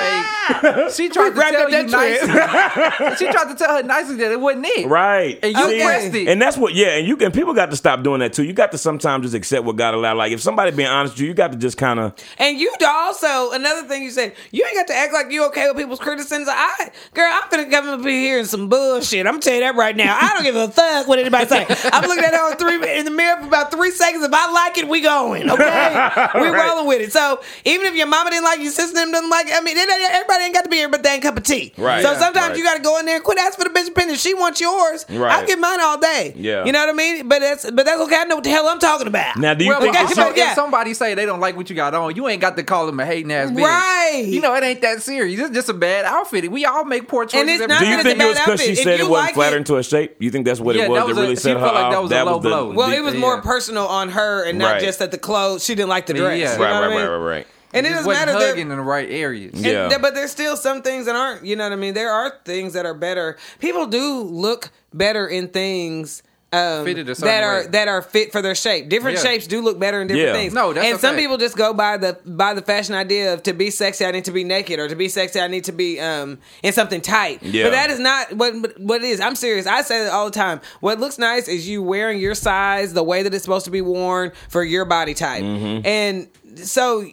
like she tried to wrapped tell up you that nicely. she tried to tell her nicely that it wasn't it. Right. And you See? pressed it. And that's what yeah, and you can people got to stop doing that too. You got to sometimes just accept what God allowed. Like if somebody being honest with you, you got to just kinda And you do also another thing you said, you ain't got to act like you okay with people's criticisms. I girl, I'm gonna come up in here and some bullshit. I'm gonna tell you that right now. I don't give a fuck what anybody say. I'm looking at her on three in the mirror for about three seconds. If I like it, we going. Okay, we Right. rolling with it. So even if your mama didn't like you, your sister didn't like. I mean, it ain't- everybody ain't got to be every damn cup of tea. Right. So Yeah. sometimes Right. you got to go in there and quit asking for the bitch opinion. If She wants yours. Right. I get mine all day. Yeah. You know what I mean? But that's but that's okay. I know what the hell I'm talking about. Now, do you Well, think? okay, if, it's- but some- yeah. if somebody say they don't like what you got on, you ain't got to call them a hating ass bitch. Right. You know it ain't that serious. It's just a bad outfit. We all make poor choices. And it's every not do day. you gonna think it debate was because she outfit. If said you it wasn't like flattering it- to her shape? You think that's what Yeah, it was that that, was a- really she set her felt like off? that was a low the- blow. Well, the- it was more Yeah. personal on her and not Right. just that the clothes. She didn't like the dress. Yeah. You know right, what I right, mean? right, right, right. And it Just doesn't wasn't matter. They're- hugging in the right areas. Yeah. And th- but there's still some things that aren't, you know what I mean? There are things that are better. People do look better in things um, Fitted a certain that are way. that are fit for their shape. Different Yeah. shapes do look better in different Yeah. things. No, that's and a some fact. people just go by the by the fashion idea of to be sexy, I need to be naked, or to be sexy, I need to be um, in something tight. Yeah. But that is not what what it is. I'm serious. I say that all the time. What looks nice is you wearing your size the way that it's supposed to be worn for your body type. Mm-hmm. And so,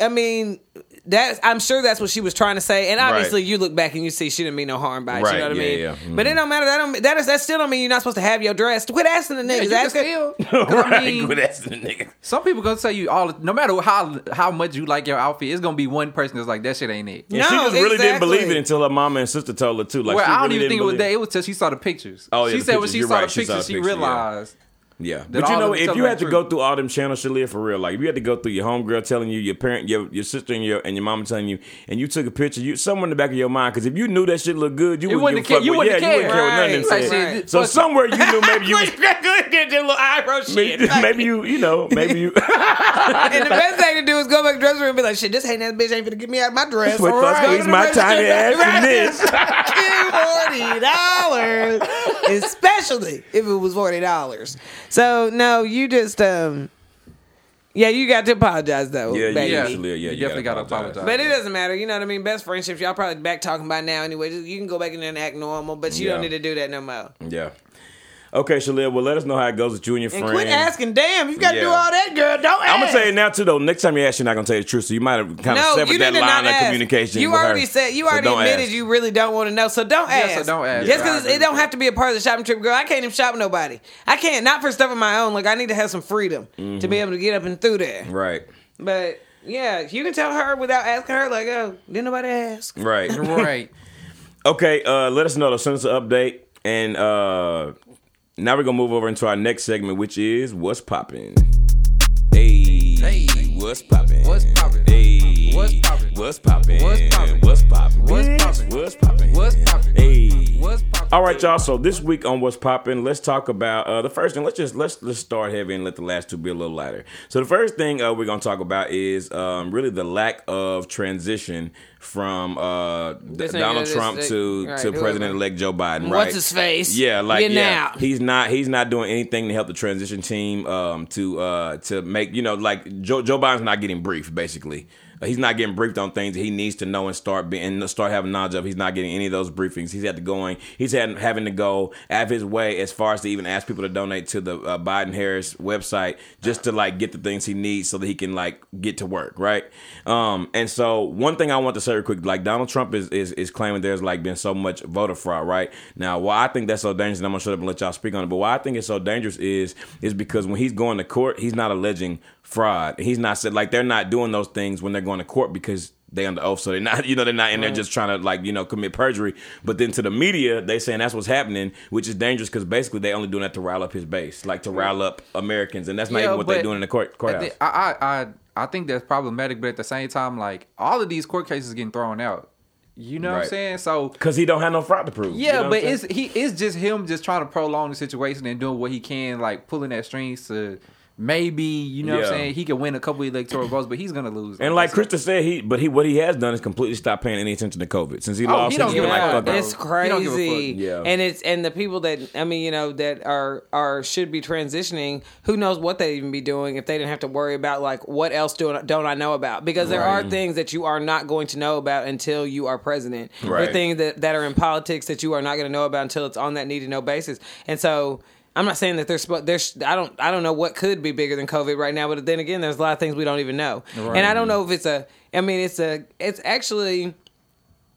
I mean, that's I'm sure that's what she was trying to say. And obviously, Right. you look back and you see she didn't mean no harm by it. Right, You know what yeah, I mean? yeah. Mm-hmm. But it don't matter. That don't that, is, that still don't mean you're not supposed to have your dress. Quit asking the Yeah, niggas. you can Ask her- still. 'cause I Right, mean, good ass nigga. some people gonna say you all. No matter how how much you like your outfit, it's gonna be one person that's like that shit ain't it. And she No, just really didn't believe exactly. it until her mama and sister told her too. Like, well, she I don't really even didn't think it was believe- that. It was till she saw the pictures. Oh, yeah, she the said when pictures. she You're saw right, the she saw pictures, the she pictures, yeah. realized. Yeah, That but you all know, of it if tell you the had to truth. go through all them channels, Shalia, for real, like if you had to go through your homegirl telling you, your parent, your your sister, and your and your mama telling you, and you took a picture, you somewhere in the back of your mind, because if you knew that shit looked good, you You wouldn't wouldn't give a care- you fuck what- wouldn't yeah, you wouldn't care what care. nothing Right, said. right. So somewhere you knew maybe you was get your little eyebrow shit. maybe, maybe you you know maybe you put And the best thing to do is go back to the dressing room and be like, shit, this hating ass bitch ain't finna get me out of my dress. All the right, squeeze my tiny ass in this. forty dollars. Especially if it was forty dollars. So no, you just um Yeah, you got to apologize though. Yeah, baby. yeah, Shalia, yeah, You definitely gotta gotta apologize. But it doesn't matter, you know what I mean? Best friendships, y'all probably back talking by now anyway. Just, you can go back in there and act normal, but you don't Yeah. need to do that no more. Yeah. Okay, Shalia. Well, let us know how it goes with you and your And friends. quit asking, damn, you gotta do Yeah. all that, girl. Don't ask. I'm gonna say it now too though. Next time you ask, you're not gonna tell you the truth. So you might have kind of no, you severed need that to line not of ask. communication. You with her. already said you So already don't admitted ask. you really don't want to know, so don't ask. Yeah, so don't ask. Just Yeah, I because agree it don't with have to be a part of the shopping trip, girl. I can't even shop with nobody. I can't not for stuff of my own. Like I need to have some freedom to Mm-hmm. be able to get up and through there. Right. But yeah, you can tell her without asking her. Like, oh, didn't nobody ask? Right. Right. Okay, uh, let us know. though. Send us an update. And uh, now we're going to move over into our next segment, which is What's Poppin'? Hey, Hey. what's poppin'? What's poppin'? Hey, What's poppin'? What's poppin'? What's poppin'? What's poppin'? What's bitch? poppin'? What's poppin'? What's poppin'? Hey, What's poppin'? All right, y'all. So this week on What's Poppin', let's talk about uh, the first thing. Let's just let's let's start heavy and let the last two be a little lighter. So the first thing uh, we're gonna talk about is um, really the lack of transition from uh, D- This nigga, Donald this- Trump to right, to whoever. President-elect Joe Biden. Right? What's his face? Yeah, like Getting yeah, out. he's not he's not doing anything to help the transition team um, to uh, to make you know like Joe Joe Biden's not getting briefed basically. Uh, He's not getting briefed on things that he needs to know and start being and start having knowledge of. He's not getting any of those briefings. He's had to going. He's had having to go out of his way as far as to even ask people to donate to the uh, Biden Harris website just to like get the things he needs so that he can like get to work right. Um, and so one thing I want to say real quick, like Donald Trump is is, is claiming there's like been so much voter fraud right now. Why I think that's so dangerous, and I'm gonna shut up and let y'all speak on it. But why I think it's so dangerous is is because when he's going to court, he's not alleging fraud. He's not said like they're not doing those things when they're going to court because they under oath, so they're not, you know, they're not in there just trying to like, you know, commit perjury. But then to the media, they saying that's what's happening, which is dangerous because basically they only doing that to rile up his base, like to rile up Americans, and that's not Yeah, even what they're but doing in the court I, courthouse. thi- I, I, I- I think that's problematic, but at the same time, like all of these court cases getting thrown out. You know what Right. I'm saying? So Cause he don't have no fraud to prove. You yeah, know what but I'm saying? it's he it's just him just trying to prolong the situation and doing what he can, like pulling at strings to maybe you know what Yeah. I'm saying he can win a couple electoral votes, but he's gonna lose. and like that's- Krista said, he but he what he has done is completely stop paying any attention to COVID since he lost. Oh, he He don't has give been a like, fuck, fuck bro. it. It's He don't give a crazy. fuck. Yeah. And it's and the people that I mean, you know, that are are should be transitioning, who knows what they even be doing if they didn't have to worry about like what else do don't I know about? Because there are things that you are not going to know about until you are president. Right. Or things that, that are in politics that you are not going to know about until it's on that need to know basis. And so I'm not saying that there's there's I don't I don't know what could be bigger than COVID right now, but then again, there's a lot of things we don't even know, and I don't know if it's a I mean it's a it's actually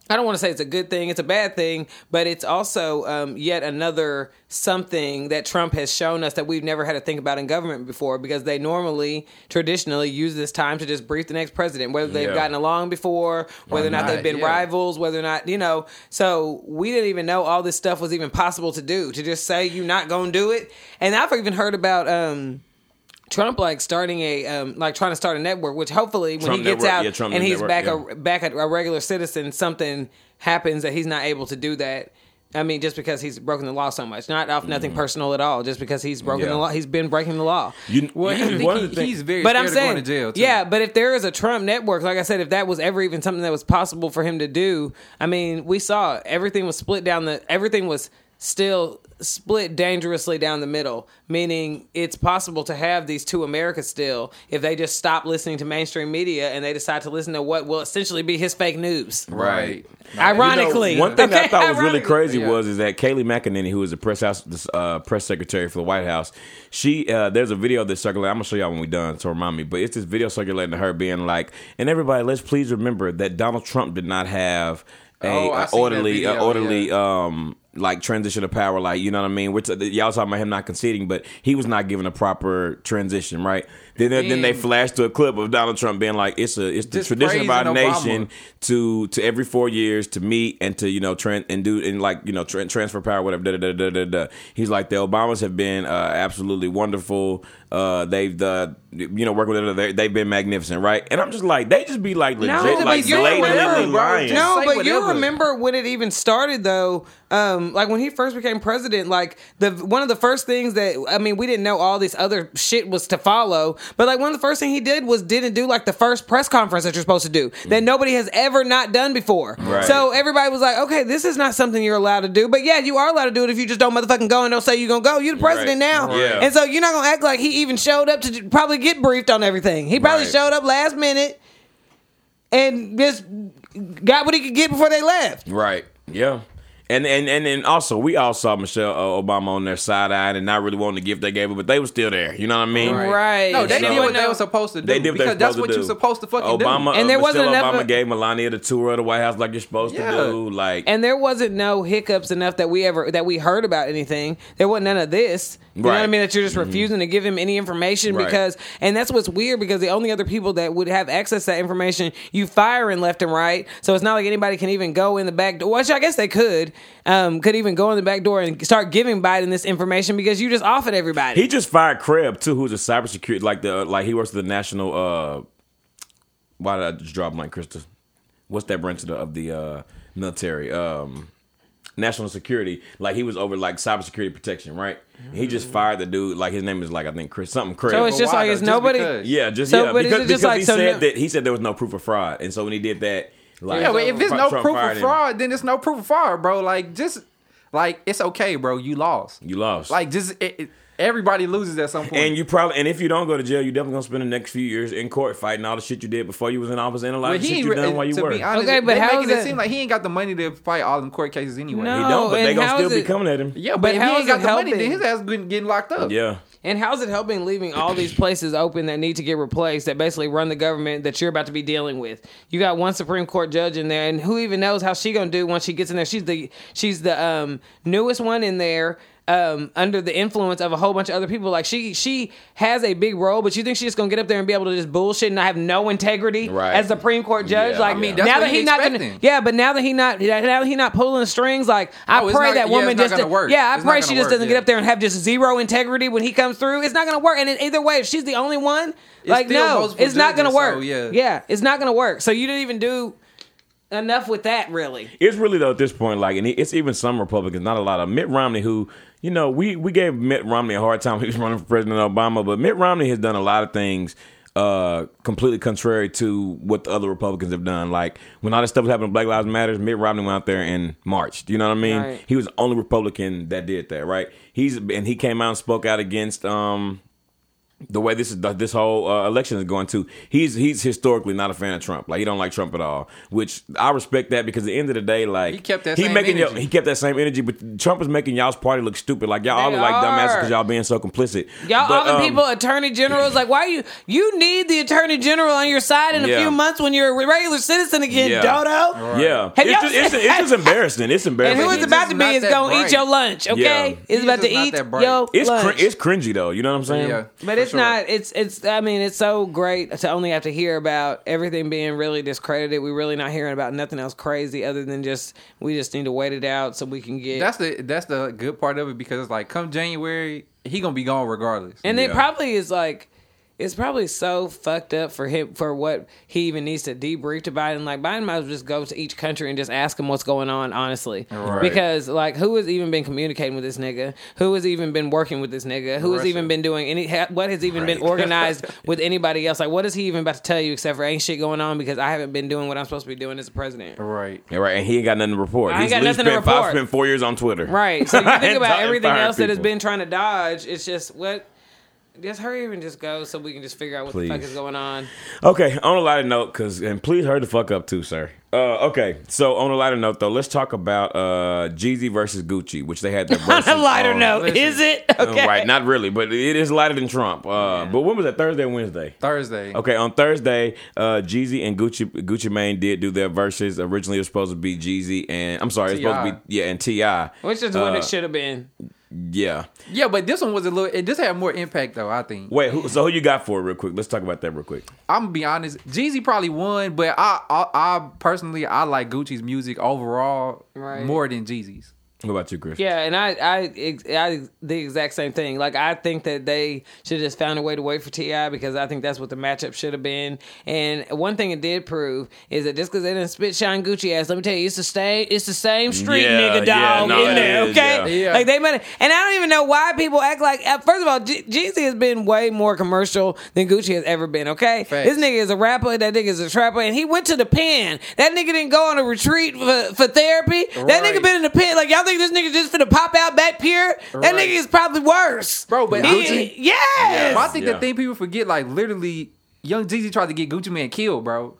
I don't want to say it's a good thing, it's a bad thing, but it's also um, yet another something that Trump has shown us that we've never had to think about in government before because they normally, traditionally, use this time to just brief the next president, whether they've Yeah. gotten along before, whether or not, not? they've been Yeah. rivals, whether or not, you know. So we didn't even know all this stuff was even possible to do, to just say you're not going to do it. And I've even heard about. Um, Trump like starting a um, like trying to start a network, which hopefully when Trump he gets network, out yeah, Trump and he's network, back yeah. a back a, a regular citizen, something happens that he's not able to do that. I mean, just because he's broken the law so much, not off nothing personal at all, just because he's broken Mm-hmm. Yeah. the law, he's been breaking the law. You, Well, you- I think one he- of the things, he's very But scared I'm saying, of going to jail. Too. yeah. But if there is a Trump network, like I said, if that was ever even something that was possible for him to do, I mean, we saw everything was split down the, everything was still split dangerously down the middle. Meaning, it's possible to have these two Americas still if they just stop listening to mainstream media and they decide to listen to what will essentially be his fake news. right. Ironically, You know, one thing I Okay, thought was really ironically. crazy Yeah. was is that Kaylee McEnany, who is the press house this, uh, press secretary for the White House, she uh, there's a video that's circulating. I'm gonna show y'all when we're done, so remind me. But it's this video circulating of her being like, and everybody, let's please remember that Donald Trump did not have a, Oh, I a seen that orderly, a video, orderly. Um, like transition of power, like you know what I mean. We're t- y'all talking about him not conceding, but he was not given a proper transition, right? Then, then, they Then- flashed to a clip of Donald Trump being like, "It's a it's the Just tradition of our praising Obama. nation to to every four years to meet and to you know tran and do and like you know tran transfer power whatever da, da, da, da, da, da. he's like the Obamas have been uh, absolutely wonderful uh, they've uh, you know working with them, they- they've been magnificent right and I'm just like they just be like legit No, like but you're blatantly whatever, bro. lying Just- No, say but you whatever. remember when it even started though. Um, like when he first became president, like the one of the first things that I mean, we didn't know all this other shit was to follow. But like one of the first thing he did was didn't do like the first press conference that you're supposed to do that nobody has ever not done before. Mm. Right. So everybody was like, okay, this is not something you're allowed to do. But yeah, you are allowed to do it if you just don't motherfucking go and don't say you're gonna go. You're the president Right. now, Yeah. and so you're not gonna act like he even showed up to j- probably get briefed on everything. He probably Right. showed up last minute and just got what he could get before they left. Right. Yeah. And and and and also we all saw Michelle uh, Obama on their side eyed and not really wanting the gift they gave her, but they were still there. You know what I mean? Right. No, they So- did what they were supposed to do. They did what because they were that's supposed what to do. you're supposed to fucking Obama, do. and there wasn't enough Obama of- gave Melania the tour of the White House like you're supposed Yeah. to do. Like, And there wasn't no hiccups enough that we ever that we heard about anything. There wasn't none of this. You know what I Right. Mm-hmm. mean? That you're just refusing to give him any information Right. because and that's what's weird because the only other people that would have access to that information, you firing left and right. So it's not like anybody can even go in the back door. Which I guess they could, um, could even go in the back door and start giving Biden this information because you just offered everybody. He just fired Kreb too, who's a cybersecurity like the like he works for the national. uh Why did I just drop blank, Krista? What's that branch of the, of the uh military? Um National security, like he was over like cybersecurity protection, right? He just fired the dude. Like his name is like I think Chris something. Kreb. Mm. so it's But just why like though? it's Just nobody. because. Yeah, just So, yeah. but is because it because just like- he so said no- that he said there was no proof of fraud, and so when he did that, like Yeah, but if there's no Trump proof fired of him. fraud, then there's no proof of fraud, bro. Like just like it's okay, bro. You lost. you lost. Like just it, it- everybody loses at some point. and you probably and if you don't go to jail, you definitely gonna spend the next few years in court fighting all the shit you did before you was in office and a lot but of he shit ain't you re- uh, done while you to were. be honest, Okay, okay, but but they how making is it it- seem like he ain't got the money to fight all them court cases anyway. No. He don't, but they and gonna how still is be it- coming at him. Yeah, But but, if how he is ain't got it the money, helping? then his ass been getting locked up. Yeah. And how's it helping leaving all these places open that need to get replaced that basically run the government that you're about to be dealing with? You got one Supreme Court judge in there, and who even knows how she gonna do once she gets in there? She's the she's the um, newest one in there. Um, under the influence of a whole bunch of other people, like she she has a big role, but you think she's just gonna get up there and be able to just bullshit and not have no integrity Right. as Supreme Court judge? Yeah, like I mean, that's now what that he he not gonna, expecting. yeah, but now that he not now that he not pulling the strings, like I No, it's pray not- that yeah, woman it's not just gonna work. yeah, I It's not pray gonna she just work, doesn't get yeah. up there and have just zero integrity when he comes through, it's not gonna work. And in either way, if she's the only one, like still no, multiple it's not gonna judges, work. so, yeah. it's not gonna work. So you didn't even do enough with that, really. It's really though at this point, like, and it's even some Republicans, not a lot of Mitt Romney, who you know we we gave Mitt Romney a hard time when he was running for President Obama, but Mitt Romney has done a lot of things uh completely contrary to what the other Republicans have done. Like when all this stuff was happening, Black Lives Matters, Mitt Romney went out there and marched. You know what I mean? Right. He was the only Republican that did that, right? He's and he came out and spoke out against um the way this is the, this whole uh, election is going to he's he's historically not a fan of Trump like he don't like Trump at all which I respect that because at the end of the day like He kept that he same making energy. y'all- he kept that same energy but Trump is making y'all's party look stupid like y'all all They look like dumbasses are. because y'all being so complicit Y'all, But, all the um, people, attorney generals, like, why you? You need the attorney general on your side in a Yeah. few months when you're a regular citizen again, Yeah. Dodo. yeah Have it's y'all just, it's, seen- it's just embarrassing it's And embarrassing who it's he's about just to be not is that gonna bright. eat your lunch, okay? Yeah. It's He's about to just not eat that bright. your it's cr- lunch. it's cringy though you know what I'm saying Yeah, but for it's sure. not. It's it's. I mean, it's so great to only have to hear about everything being really discredited. We're really not hearing about nothing else crazy other than just we just need to wait it out so we can get. That's the that's the good part of it because it's like come January he gonna be gone regardless. and it Yeah. probably is like it's probably so fucked up for him for what he even needs to debrief to Biden. Like Biden might as well just go to each country and just ask him what's going on, honestly. Right. Because like who has even been communicating with this nigga? Who has even been working with this nigga? Who has Russia. even been doing any? ha- What has even been organized with anybody else? Like what is he even about to tell you except for ain't shit going on because I haven't been doing what I'm supposed to be doing as a president. right. Yeah, right, and he ain't got nothing to report. I ain't He's got he's nothing to spent, I've report. spent four years on Twitter. Right. So you And think about t- everything firing else that has people. been trying to dodge. It's just what. Just hurry up and just go so we can just figure out what the fuck Please. is going on. Okay, on a lighter note, cause and please hurry the fuck up too, sir. Uh, okay, so on a lighter note though, let's talk about uh, Jeezy versus Gucci, which they had their On verses a lighter on- note, listen. is it okay? Right, not really, but it is lighter than Trump. Uh, But when was that? Thursday or Wednesday? Thursday. Okay, on Thursday, uh, Jeezy and Gucci Gucci Mane did do their verses. Originally, it was supposed to be Jeezy and I'm sorry, it's supposed to be yeah and Ti. Which is what it should have been. Yeah. Yeah, but this one was a little. It just had more impact though. I think. Wait, who, so who you got for it real quick? Let's talk about that real quick. I'm gonna be honest. Jeezy probably won, but I I, I personally I like Gucci's music overall Right. more than Jeezy's. What about you, Chris? Yeah, and I, I, ex- I, the exact same thing. Like I think that they should just found a way to wait for Ti because I think that's what the matchup should have been. And one thing it did prove is that just because they didn't spit Sean Gucci ass, let me tell you, it's the same, it's the same street Yeah, nigga yeah, dog no, it in there. is, okay, yeah. Yeah. like they might. And I don't even know why people act like. uh, First of all, J- Jeezy has been way more commercial than Gucci has ever been. Okay, Facts. this nigga is a rapper. That nigga is a trapper, and he went to the pen. That nigga didn't go on a retreat for, for therapy. That nigga Right. been in the pit. Like y'all think this nigga just finna pop out back here? That Right. nigga is probably worse, Bro, but He- Gucci- yes. But I think Yeah. the thing people forget, like literally, Young Jeezy tried to get Gucci Man killed, bro.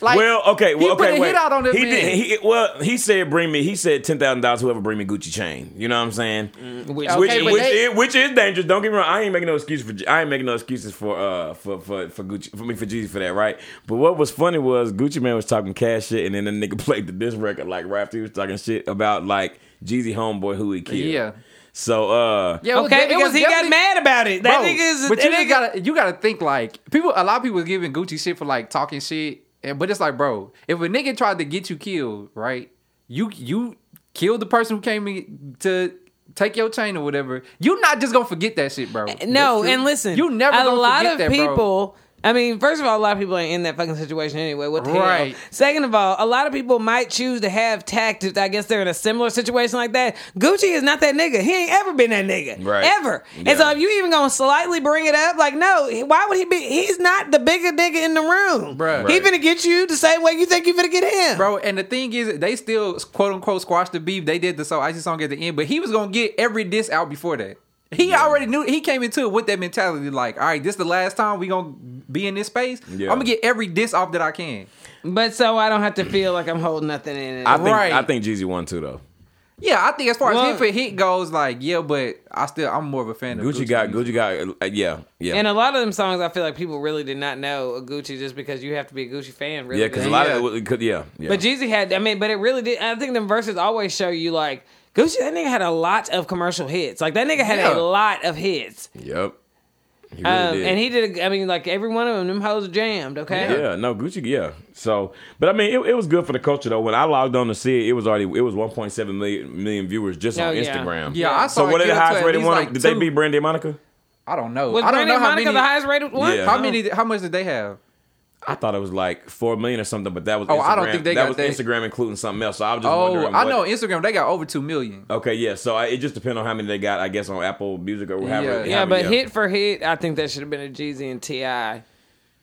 Like, well, okay, well, he okay, put a wait. hit out on that he man. He, well, he said, "Bring me." He said, 10000 dollars. Whoever bring me Gucci chain." You know what I'm saying? Which- Which, Okay, but which, they- is, which is dangerous. Don't get me wrong. I ain't making no excuse for. I ain't making no excuses for uh for for for Gucci for me for Jeezy for that, right? But what was funny was Gucci man was talking cash shit, and then the nigga played the diss record like right after he was talking shit about like Jeezy homeboy who he killed. Yeah. So uh yeah, it was okay, de- it because was he got definitely- mad about it. That Bro, nigga is. But that you nigga- just gotta you gotta think like people. A lot of people is giving Gucci shit for like talking shit, and but it's like, bro, if a nigga tried to get you killed, right? You you killed the person who came in to take your chain or whatever. You're not just gonna forget that shit, bro. No, and listen, you never a gonna lot forget of that, bro. people. I mean, first of all, a lot of people ain't in that fucking situation anyway. What the Right. hell? Second of all, a lot of people might choose to have tactics. I guess they're in a similar situation like that. Gucci is not that nigga. He ain't ever been that nigga, Right. Ever. Yeah. And so, if you even gonna slightly bring it up, like, no, why would he be? He's not the bigger nigga in the room. Bruh. He Right. finna get you the same way you think you finna get him, Bro, and the thing is, they still quote unquote squashed the beef. They did the so icy song at the end, but he was gonna get every diss out before that. He already knew he came into it with that mentality, like, all right, this the last time we gonna be in this space. Yeah. I'm gonna get every diss off that I can. But so I don't have to feel like I'm holding nothing in it. I think Right. I think Jeezy won too though. Yeah, I think as far Well- as hit for hit goes, like, yeah, but I still I'm more of a fan of Gucci, got Gucci got uh, yeah yeah. And a lot of them songs, I feel like people really did not know a Gucci just because you have to be a Gucci fan, really. yeah, because a to- lot Yeah. of it was- could- yeah, yeah. But Jeezy had, I mean, but it really did. I think them verses always show you like Gucci. That nigga had a lot of commercial hits. Like that nigga had Yeah. a lot of hits, yep. He really um, did. and he did. a- I mean, like every one of them, them hoes jammed. Okay, Yeah, no Gucci. Yeah. So, but I mean, it, it was good for the culture though. When I logged on to see it, it was already it was 1.7 million, million viewers just Oh, on yeah. Instagram. Yeah, I saw So what it did the get up to highest at rated least, one? like, did they two. beat Brandy and Monica? I don't know. was I don't Brandy know and how Monica many, the highest rated one? Yeah. how many how much did they have? I thought it was like four million or something, but that was Oh, Instagram. I don't think they that got was that. Instagram including something else. So I was just Oh, wondering. I what- know Instagram they got over two million. Okay, yeah. So I, it just depends on how many they got, I guess, on Apple Music or however. Yeah. how Yeah, many- but hit for hit, I think that should have been a Jeezy and Ti.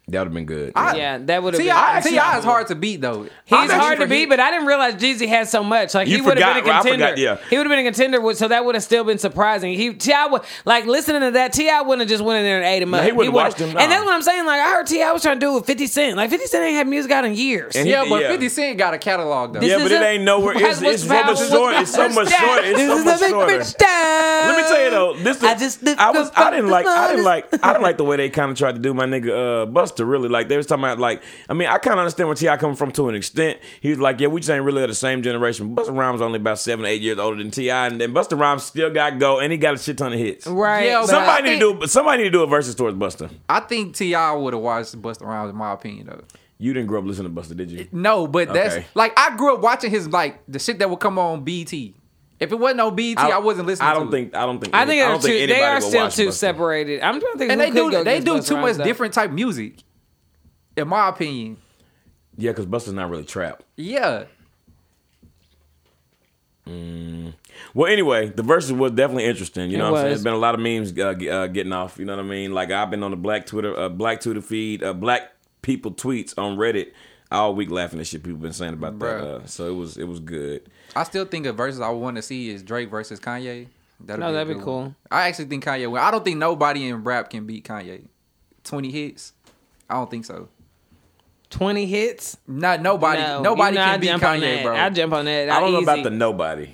That would have been good. I- Yeah, that would have been. Ti Ti is hard to beat though. He's I hard actually to beat, but I didn't realize Jeezy had so much. Like You he would have been a forgot, I contender. forgot, yeah. He would have been a contender, with, so that would have still been surprising. He Ti would like listening to that. Ti wouldn't have just went in there and ate him up. he wouldn't would've- watched him, And nah. that's what I'm saying. Like I heard Ti was trying to do it with 50 Cent. Like 50 Cent ain't had music out in years. And he- Yeah, but yeah. 50 Cent got a catalog though. This yeah, but is it a- ain't nowhere. It's, What's it's so much wrong? shorter. It's so What's much that? shorter. It's This so is much a big shorter. rich town. Let me tell you though, this I just look I was up I didn't like I didn't this like I didn't like the way they kind of tried to do my nigga uh, Buster really like they was talking about like I mean I kind of understand where Ti coming from to an extent he was like yeah we just ain't really of the same generation Buster Rhymes only about seven eight years older than Ti and then Buster Rhymes still got go and he got a shit ton of hits Right. Yeah, but- some- somebody I need to do somebody need to do a versus towards Buster I think Ti would have watched Busta Rhymes in my opinion though. you didn't grow up listening to Buster did you No, but that's Okay. like I grew up watching his like the shit that would come on BT. If it wasn't on BT, I, wasn't listening. I don't to it. think I don't think I think, I don't they're think too, they anybody are would still watch too Busta. separated. I'm trying to think. and who they could go do they against do Busta too Rhymes, much though. different type music. In my opinion, yeah because Buster's not really trap yeah. Well, anyway, the verses was definitely interesting. You know It what I'm saying? There's was. been a lot of memes uh, ge- uh, getting off. You know what I mean? Like I've been on the Black Twitter, uh, Black Twitter feed, uh, Black people tweets on Reddit all week, laughing at shit people been saying about that. Bruh. Uh, so it was it was good. I still think of verses I want to see is Drake versus Kanye. That'd No, that'd be cool. I actually think Kanye. Well, I don't think nobody in rap can beat Kanye. Twenty hits. I don't think so. Twenty hits. Not nobody. No, nobody you know, I can beat jump on Kanye, that. bro. I jump on that. I don't know about easy. the nobody,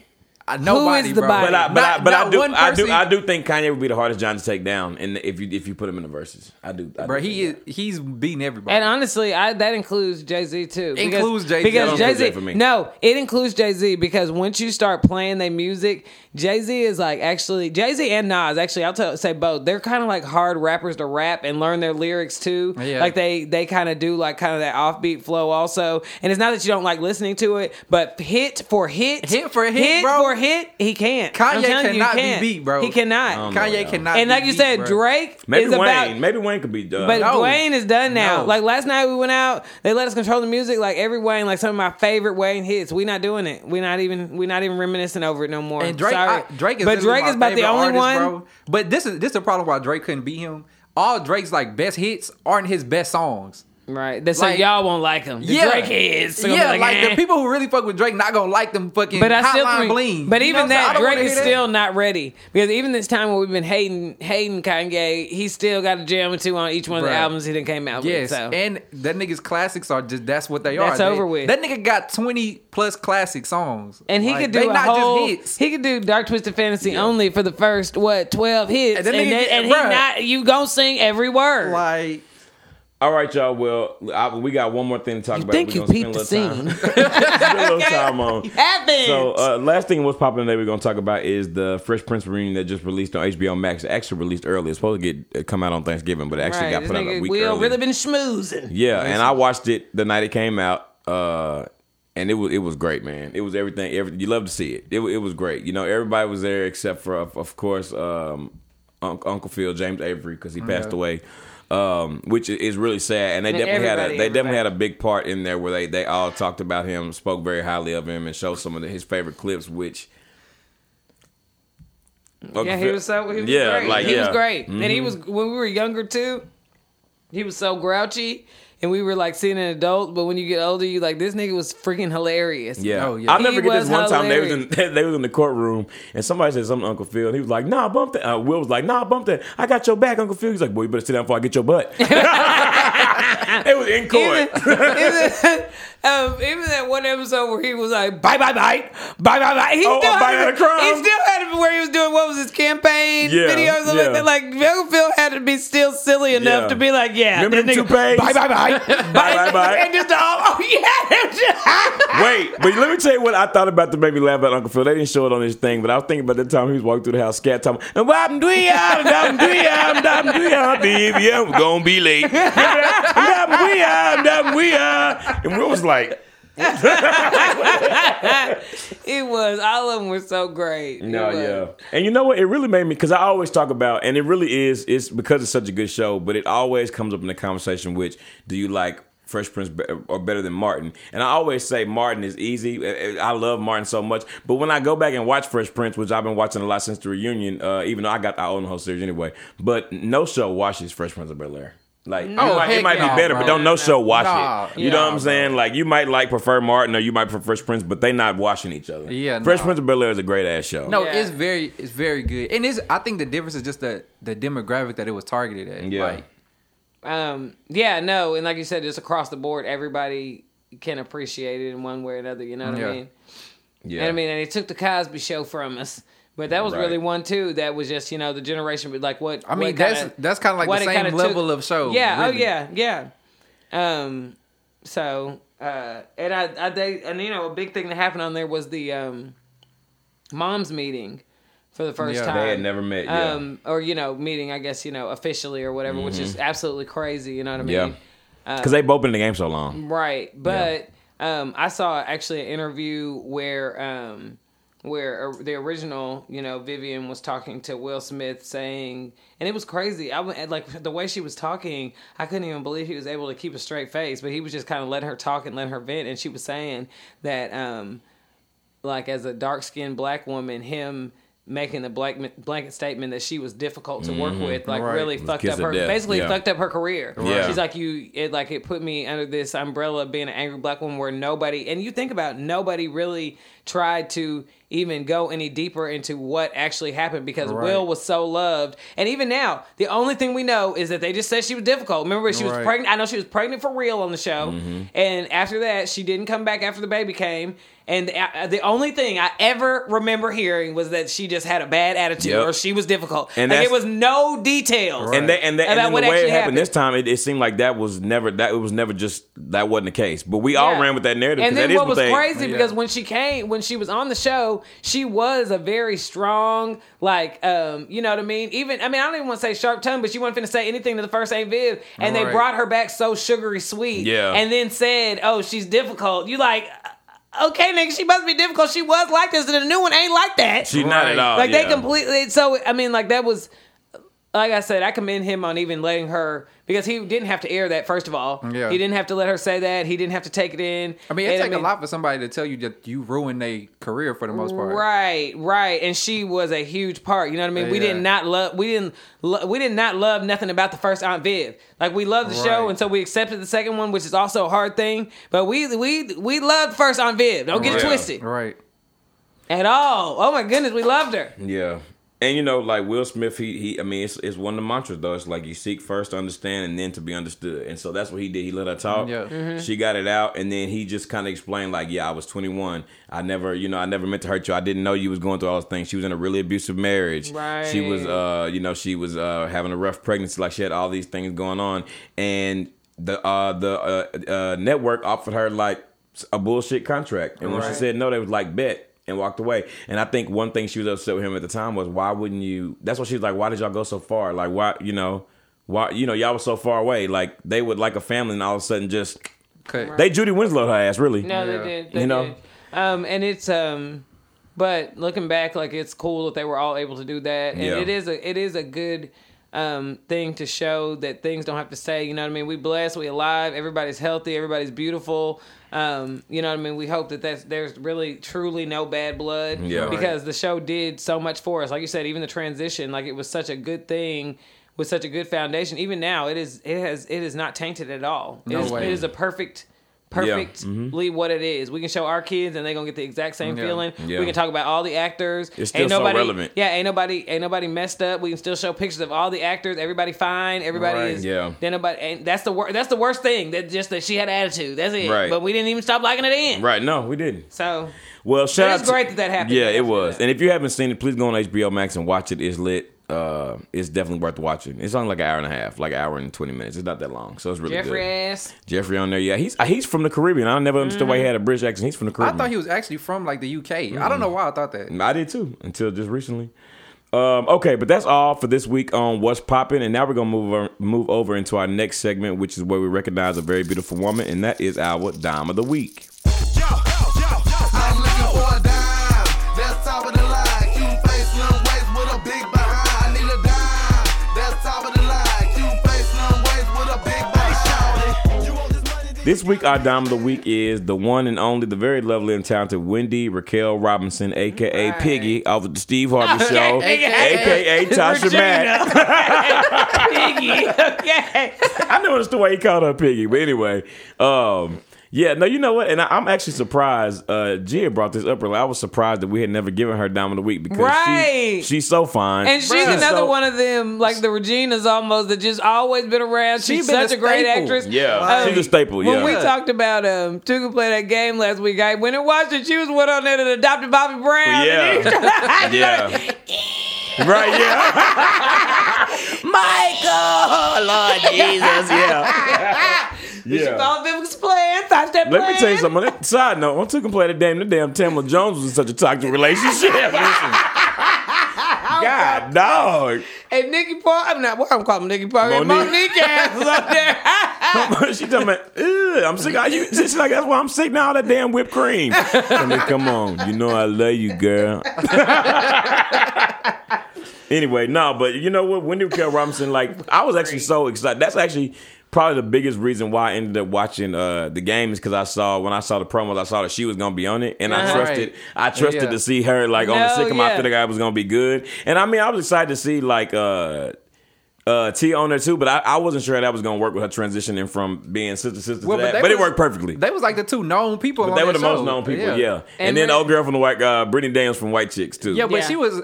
I- Uh, nobody, is the bro. body? but I but I Not- but I not do one I do person- I do think Kanye would be the hardest John to take down, and if you if you put him in the verses, I do. I Bro, do he think is. He's beating everybody. And honestly, I that includes Jay Z too. Because- Includes Jay-Z. because That don't Jay include Z. that for me. No, it includes Jay Z because once you start playing their music, Jay Z is like actually Jay Z and Nas actually I'll tell, say both. They're kind of like hard rappers to rap and learn their lyrics too. Yeah. Like they they kind of do like kind of that offbeat flow also. And it's not that you don't like listening to it, but hit for hit, Hit for hit, bro. for hit, he can't. I'm Kanye telling you, he cannot be can't. beat, bro. He cannot. I don't know, Kanye y'all. cannot. and be like you beat, said, bro. Drake Um, Maybe is Wayne. about maybe Wayne could be done. but No. Dwayne is done now. No. Like last night we went out, they let us control the music. Like every Wayne, like some of my favorite Wayne hits. We not doing it. We not even we not even reminiscing over it no more. And Drake, Sorry. I- Drake is but literally Drake my is about the favorite only artist, one. Bro. But this is this is the problem why Drake couldn't beat him. All Drake's like best hits aren't his best songs. Right. That so Like- y'all won't like him. The Yeah, Drake is. So yeah, like, eh. the people who really fuck with Drake not gonna like them fucking. But I still Hotline think, bling. but You know even what I'm saying? I that don't wanna Drake is hear that. still not ready because even this time when we've been hating hating Kanye, he still got a jam or two on each one of the Bruh. albums he didn't came out with. Yes, So. and that nigga's classics are just that's what they That's are. They- over with. That nigga got twenty plus classic songs, And he Like, could they do a not whole. just hits. He could do Dark Twisted Fantasy only for the first what twelve hits, and, And then nigga then- get- and he bruh. not you gonna sing every word. like All right, y'all. Well, I, we got one more thing to talk about. think We're you gonna spend peeped a the little time. spend a little time on. Happens. So, uh, last thing what's popping today we're gonna talk about is the Fresh Prince reunion that just released on HBO Max. It actually released early. It's supposed to get uh, come out on Thanksgiving, but it actually got this put out nigga a week Will early. really been schmoozing. yeah, and I watched it the night it came out, uh, and it was it was great, man. It was everything. Every, you love to see it. it. wa- It was great. You know, everybody was there except for, of, of course, um, Unc- Uncle Phil, James Avery, because he passed away. Um, which i- is really sad, and they And definitely had a they everybody, definitely everybody. had a big part in there where they they all talked about him, spoke very highly of him, and showed some of the, his favorite clips, which Yeah, he was so he was Yeah, great. like, he was yeah. Mm-hmm. great, and he was when we were younger too. He was so grouchy, and we were like seeing an adult. But when you get older, you like this nigga was freaking hilarious. Yeah. Oh, yeah. I'll never He forget was this one time they was in they was in the courtroom and somebody said something to Uncle Phil and he was like, nah, bump that. Uh, Will was like, nah, bump that. I got your back, Uncle Phil. He's like, boy, you better sit down before I get your butt. it was in court. even, um, even that one episode where he was like, bye, bye, bye, bye, bye, bye. He Oh, still a bite had at a crumb. He still had it where he was doing, what was his campaign Yeah, video or something like yeah. that. Like, Uncle Phil had to be still silly enough Yeah. to be like, yeah. Remember this them nigga- toupees? Bye, bye, bye. bye, bye, bye. And just the whole, oh, yeah. Wait, but let me tell you what I thought about to make me laugh about Uncle Phil. They didn't show it on his thing, but I was thinking about the time he was walking through the house, scat time, and wham dweeyam, dum dweeyam, dum dweeyam, baby, I'm gonna be late. Remember that? Dum dweeyam, dum dweeyam. And Will was like, It was, all of them were so great. It No, was. yeah. And you know what? It really made me because I always talk about, and it really is. It's because it's such a good show, but it always comes up in the conversation. Which do you like? Fresh Prince be- or better than Martin, and I always say Martin is easy. I I love Martin so much, but when I go back and watch Fresh Prince, which I've been watching a lot since the reunion, uh, even though I got I own the whole series anyway, but no show watches Fresh Prince of Bel Air. Like you Oh, might- it heck might no, be better, bro. but don't no show watch Nah, it. You know yeah, what I'm saying? Like you might like prefer Martin or you might prefer Fresh Prince, but they not watching each other. Yeah, Fresh nah. Prince of Bel Air is a great ass show. No, Yeah. it's very it's very good, and it's I think the difference is just the the demographic that it was targeted at. Yeah. Like, Um, yeah, no, and like you said, just across the board, everybody can appreciate it in one way or another. You know what Yeah. I mean? yeah, And I mean, and it took the Cosby Show from us, but that was Right. really one too. That was just you know the generation, but like what I mean, what that's kinda- that's kind of like what the it same kinda level took- of show. Yeah. really. Oh yeah. Yeah. Um. So uh, and I, I they and you know a big thing that happened on there was the um, moms meeting for the first Yeah. time. they had never met. Yeah, Um, or you know, meeting I guess you know officially or whatever, which is absolutely crazy. You know what I mean? Mm-hmm. yeah, Uh, because they both been in the game so long. Right. But um, I saw actually an interview where um, where or- the original, you know, Vivian was talking to Will Smith saying, and it was crazy. I went and, like the way she was talking. I couldn't even believe he was able to keep a straight face, but he was just kind of letting her talk and letting her vent. And she was saying that. Um, like as a dark skinned black woman, him making the blanket blanket statement that she was difficult to work with, like Right. really Mm-hmm. Was fucked kiss up of her, death. basically Yeah. fucked up her career. Yeah. She's like, you, it like it put me under this umbrella of being an angry black woman where nobody, and you think about it, nobody really tried to even go any deeper into what actually happened because Right. Will was so loved, and even now the only thing we know is that they just said she was difficult. Remember when she was Right. pregnant? I know she was pregnant for real on the show, Mm-hmm. and after that, she didn't come back after the baby came. And the, the only thing I ever remember hearing was that she just had a bad attitude Yep. or she was difficult, And and that's- like, it was no details. Right. And they, and, they, and About then the what way it actually happened, happened. this time, it, it seemed like that was never that it was never just that wasn't the case. But we all Yeah. ran with that narrative. And 'cause then that is what was they, crazy Yeah. because when she came, when she was on the show, she was a very strong, like, um, you know what I mean? Even I mean, I don't even want to say sharp tongue, but she wasn't finna say anything to the first Aunt Viv, and they Right. brought her back so sugary sweet. Yeah. And then said, "Oh, she's difficult." You like, okay, nigga, she must be difficult. She was like this, and the new one ain't like that. She not Right. at all. like yeah. they completely. So I mean, like that was. Like I said, I commend him on even letting her because he didn't have to air that. First of all, Yeah. he didn't have to let her say that. He didn't have to take it in. I mean, it And, takes a lot for somebody to tell you that you ruined their career for the most part. Right, right, and she was a huge part. You know what I mean? We Yeah. did not love, we didn't, lo- we did not love nothing about the first Aunt Viv. Like we loved the show, Right. and so we accepted the second one, which is also a hard thing. But we, we, we loved first Aunt Viv. Don't get Right. it twisted Right. at all. Oh my goodness, we loved her. Yeah. And you know, like Will Smith, he he. I mean, it's, it's one of the mantras though. It's like you seek first to understand, and then to be understood. And so that's what he did. He let her talk. Yeah. Mm-hmm. Mhm. She got it out, and then he just kind of explained, like, "Yeah, I was 21. I never, you know, I never meant to hurt you. I didn't know you was going through all those things. She was in a really abusive marriage. She was, uh, you know, she was uh having a rough pregnancy. Like she had all these things going on, and the uh the uh, uh network offered her like a bullshit contract, and when she Right. said said no, they was like bet and walked away. And I think one thing she was upset with him at the time was why wouldn't you? That's what she was like. Why did y'all go so far? Like why you know why you know y'all was so far away? Like they would like a family, and all of a sudden just Cut. they Judy Winslow her ass really. No, Yeah. they did. They You know? did. Um, and it's um, but looking back, like it's cool that they were all able to do that, and Yeah. it is a it is a good um thing to show that things don't have to stay. You know what I mean? We blessed, we alive, everybody's healthy, everybody's beautiful. Um, you know what I mean? We hope that that's, there's really truly no bad blood Yeah. because the show did so much for us. Like you said, even the transition, like it was such a good thing. With such a good foundation, even now it is it has it is not tainted at all. It No is- way. it is a perfect perfectly what it is. We can show our kids and they're gonna get the exact same Yeah. feeling. Mm-hmm. Yeah. We can talk about all the actors. It's still so relevant. Yeah, ain't nobody ain't nobody messed up. We can still show pictures of all the actors. Everybody fine. Everybody Right. is Yeah. Then nobody ain't, that's the worst that's the worst thing. That just that she had attitude. That's it. Right. But we didn't even stop liking it in. Right? No, we didn't. So Well, shout it's out to- great that that happened. Yeah, That's it good. was. And if you haven't seen it, please go on HBO Max and watch it. It's lit. Uh, it's definitely worth watching. It's only like an hour and a half, like an hour and twenty minutes. It's not that long, so it's really Jeffrey good. ass. Jeffrey on there, yeah, he's uh, he's from the Caribbean. I never understood Mm. why he had a British accent. He's from the I Caribbean. thought he was actually from like the UK. I don't know why I thought that. I did too until just recently. Um, okay, but that's all for this week on what's popping, and now we're gonna move over, move over into our next segment, which is where we recognize a very beautiful woman, and that is our dime of the week. Yo, yo, yo, yo. I'm looking for a dime. That's top of the line. Cute face, slim waist with a big behind. I need a dime. That's top of the line. Cute face, slim waist with a big behind. You want this money? This week, our dime of the week is the one and only, the very lovely and talented Wendy Raquel Robinson, aka Right. Piggy, off of the Steve Harvey Show, AKA. aka Tasha Mack. Piggy. Okay. I noticed the way he called her Piggy, but anyway, um, yeah, no, you know what? And I, I'm actually surprised. Uh, Gia brought this up earlier. I was surprised that we had never given her dime of the week because she- Right. she's so fine, And she's Bruh. another so- one of them, like the Regina's almost that just always been around. She's She been such a a great staple. actress. Yeah, Um, she's a staple. When Yeah, we talked about um Tuka play that game last week, I went and watched it. She was one on there that adopted Bobby Brown. And he- yeah, yeah. Right, yeah. Michael, Lord Jesus, yeah. ah, She called Vivek's plan. Thought that Let me tell you plan. something. on that Side note, I took and played a damn the damn Tamla Jones was in such a toxic relationship. God dog. And Nikki Park, I'm not. Well, I'm calling Nikki Park. And Monique. Monique ass was up there. she talking about, "Ew, I'm sick. Are you she's like that's why I'm sick now all that damn whipped cream. I mean, come on. You know I love you, girl. anyway, no, but you know what? Wendy Kell Robinson, like, I was actually so excited. That's actually probably the biggest reason why I ended up watching uh, the game is because I saw when I saw the promos, I saw that she was gonna be on it, and I Uh-huh. trusted, I trusted Yeah. to see her like on the No, sitcom. I yeah. feel like I was gonna be good, and I mean, I was excited to see like. uh uh, T on there too, but I, I wasn't sure that was gonna work with her transitioning from being sister sister Well, to that. but they But, it was- worked perfectly. They was like the two known people. But on they were that the most show. known people, yeah. And, And then Ren- old girl from the white, uh, Brittany Daniels from White Chicks too. Yeah, but Yeah. she was.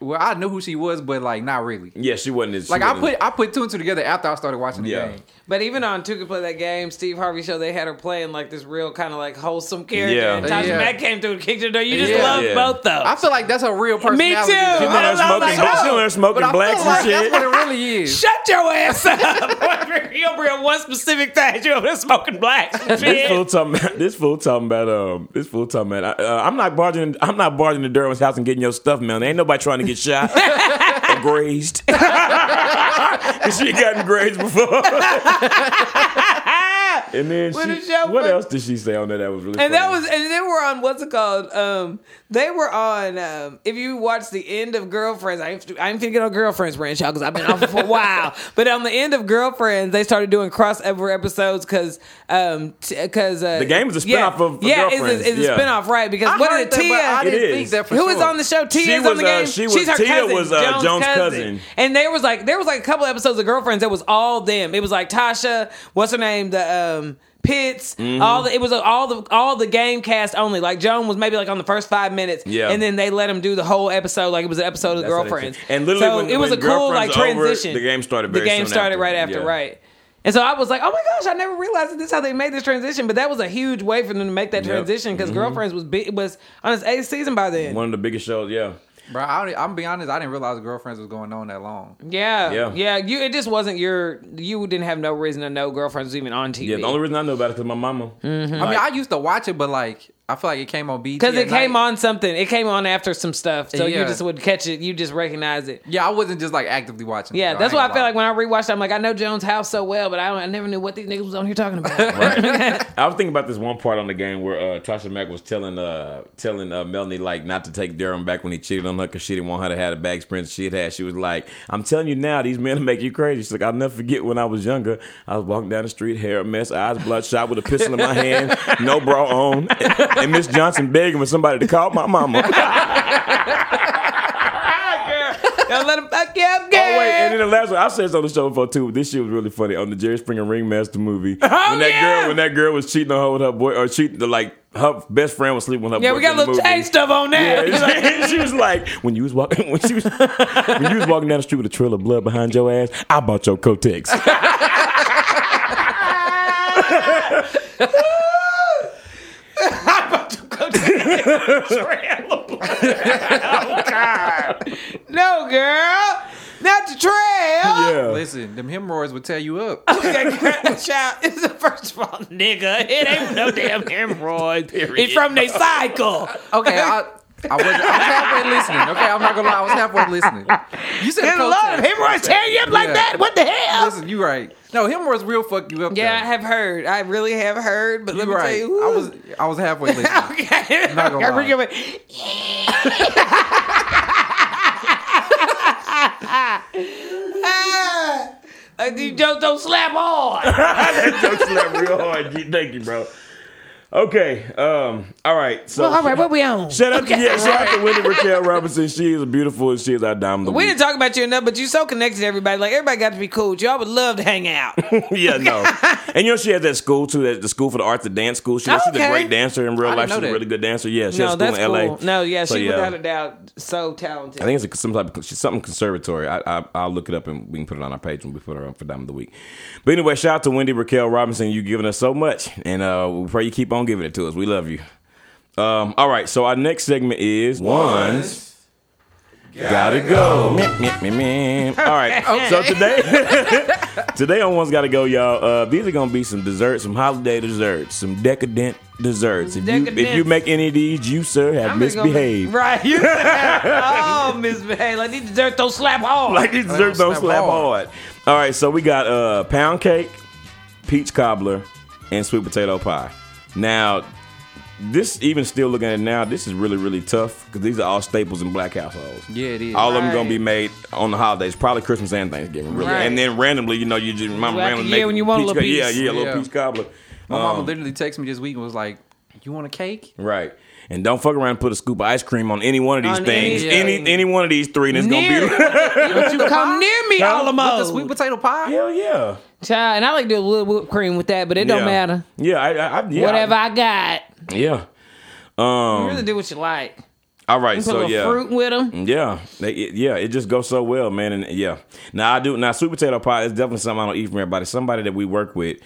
Well, I knew who she was, but like not really. yeah, she wasn't as she Like I wasn't- put I put two and two together after I started watching the Yeah. game. But even on Two Can Play That Game, Steve Harvey show, they had her playing like this real kind of like wholesome character. Yeah. And Tasha Yeah. Mack came through and kicked her door. You just Yeah. love Yeah. both though. I feel like that's her real personality. too. She I was was smoking, like, she was there But smoking I feel blacks like and shit. that's what it really is. Shut your ass up! you over here one specific thing. You over there smoking blacks. this fool bitch. talking about this fool talking about um this fool talking about uh, I'm not barging I'm not barging the Durham's house and getting your stuff man. Ain't nobody trying to get shot or grazed. 'Cause she had gotten grazed before. and then What she, is your what foot- else did she say on there that was really And that funny? was, and they were on what's it called? Um, they were on. Um, if you watch the end of Girlfriends, I ain't, I ain't thinking on Girlfriends, Branshaw, because I've been off it for a while. But on the end of Girlfriends, they started doing crossover episodes because, um, because uh, The game is a yeah. spinoff of- of yeah, Girlfriends, it's a, it's a yeah. spinoff, right? Because I what did heard that, but Tia? I It didn't is. think that for Who sure. was on the show? Tia's on was, the uh, game. she was- She's her Tia cousin. was, uh, Jones', Jones' cousin. cousin. And there was like there was like a couple episodes of Girlfriends that was all them. It was like Tasha, what's her name, the um Pitts, Mm-hmm. all the it was uh, all the all the game cast only. Like Joan was maybe like on the first five minutes, Yeah. and then they let him do the whole episode like it was an episode of That's how they Girlfriends. changed. And literally So when- it was when a cool like Girlfriend's over, transition. the game started very the game soon started after. right after, Yeah. right. And so I was like, oh my gosh, I never realized that this is how they made this transition. But that was a huge way for them to make that Yep. transition Mm-hmm. because Girlfriends was big, was on its eighth season by then. one of the biggest shows, yeah. Bro, I don't, I'm be honest. I didn't realize girlfriends was going on that long. Yeah, Yeah. yeah, You it just wasn't your. You didn't have no reason to know girlfriends was even on TV. Yeah, the only reason I know about it cuz my mama. Mm-hmm. I mean, I used to watch it, but like I feel like it came on BT because it at came night. on something. It came on after some stuff, so you Yeah. just would catch it. You just recognize it. Yeah, I wasn't just like actively watching. Yeah, it, though. that's ain't why I gonna feel lie. like when I rewatched, it, I'm like, I know Jones' house so well, but I, don't, I never knew what these niggas was on here talking about. I was thinking about this one part on the game where uh, Tasha Mack was telling uh, telling uh, Melanie like not to take Durham back when he cheated on her because she didn't want her to have the bag experience she had had. She was like, "I'm telling you now, these men make you crazy." She's like, "I'll never forget when I was younger. I was walking down the street, hair a mess, eyes bloodshot, with a pistol in my hand, no bra on, and Miss Johnson begging for somebody to call my mama." Don't let him fuck you up, girl. Oh wait, and then the last one I said this on the show before too. This shit was really funny on the Jerry Springer Ringmaster movie. Oh, when that yeah! girl when that girl was cheating on her with her boy or cheating like her best friend was sleeping with her yeah, boyfriend we got in a the little movie. taste of on Yeah, that. it's like- she was like, when you was walking, when she was, when you was walking down the street with a trail of blood behind your ass, I bought your Kotex. no, girl, not the trail. Yeah, Listen, them hemorrhoids would tear you up. Child, it's the first of all, nigga. It ain't no damn hemorrhoid. Oh, It's from the cycle. Okay, I, I was, I was halfway listening. Okay, I'm not gonna lie, I was halfway listening. You said And a lot of Kotex. hemorrhoids tear you up like Yeah. that. What the hell? Listen, you right. No, hemorrhoids real fuck you up. yeah, I though. have heard. I really have heard. But let you me tell right. you, I was I was halfway listening. okay. not gonna Okay, lie. forgive me. Ah, Uh, you don't, don't slap hard. that joke slapped real hard. G. Thank you, bro. Okay. Um. All right. So. All right, what we on? Shout out, to, yeah, shout out to Wendy Raquel Robinson. She is beautiful and she is our dime. of the We week. didn't talk about you enough, but you so connected to everybody. Like everybody got to be cool. with you. Y'all would love to hang out. yeah, no. And you know she has that school too, that the school for the arts, the dance school. She, She's a Okay. great dancer in real didn't life. know She's a that. really good dancer. Yeah, she has no, school that's in LA. cool. No, yeah, she So, without a doubt so talented. I think it's a, some type of she's something conservatory. I, I I'll look it up and we can put it on our page when we put her up for Dime of the Week. But anyway, shout out to Wendy Raquel Robinson. You giving us so much, and uh, we pray you keep on giving it to us. We love you. Um, all right, so our next segment is ones. Gotta go. Meh, meh, meh, meh. All right. So today, today on One's Gotta Go, y'all. Uh, these are gonna be some desserts, some holiday desserts, some decadent desserts. If you if you Decadent. make any of these, you sir have I'm just gonna- misbehaved. Right. You oh, misbehave. Like, these dirt don't slap hard. like these desserts don't slap hard. All right, so we got uh, pound cake, peach cobbler, and sweet potato pie. Now, this even still looking at it now, this is really really tough because these are all staples in black households. Yeah, it is. All of them gonna Right. be made on the holidays, probably Christmas and Thanksgiving, really. Right. And then randomly, you know, you just mama Like, randomly yeah, make when you want a peach little co- yeah, piece. yeah, a little Yeah. peach cobbler, My mama literally texted me this week and was like, "You want a cake?" right? And don't fuck around and put a scoop of ice cream on any one of these On things, any anything. any, one of these three, and it's Near, gonna but you come near me, Huh? all of With the sweet potato pie. be hell yeah. Child, and I like to do a little whipped cream with that, but it Yeah. don't matter. Yeah, I, I, I yeah, Whatever I got, I- yeah. Um, you really do what you like. All right, Put a so little yeah, Mm, fruit with them. yeah, They- it- yeah. It just goes so well, man. And yeah, now I do now sweet potato pie is definitely something I don't eat from everybody. Somebody that we work with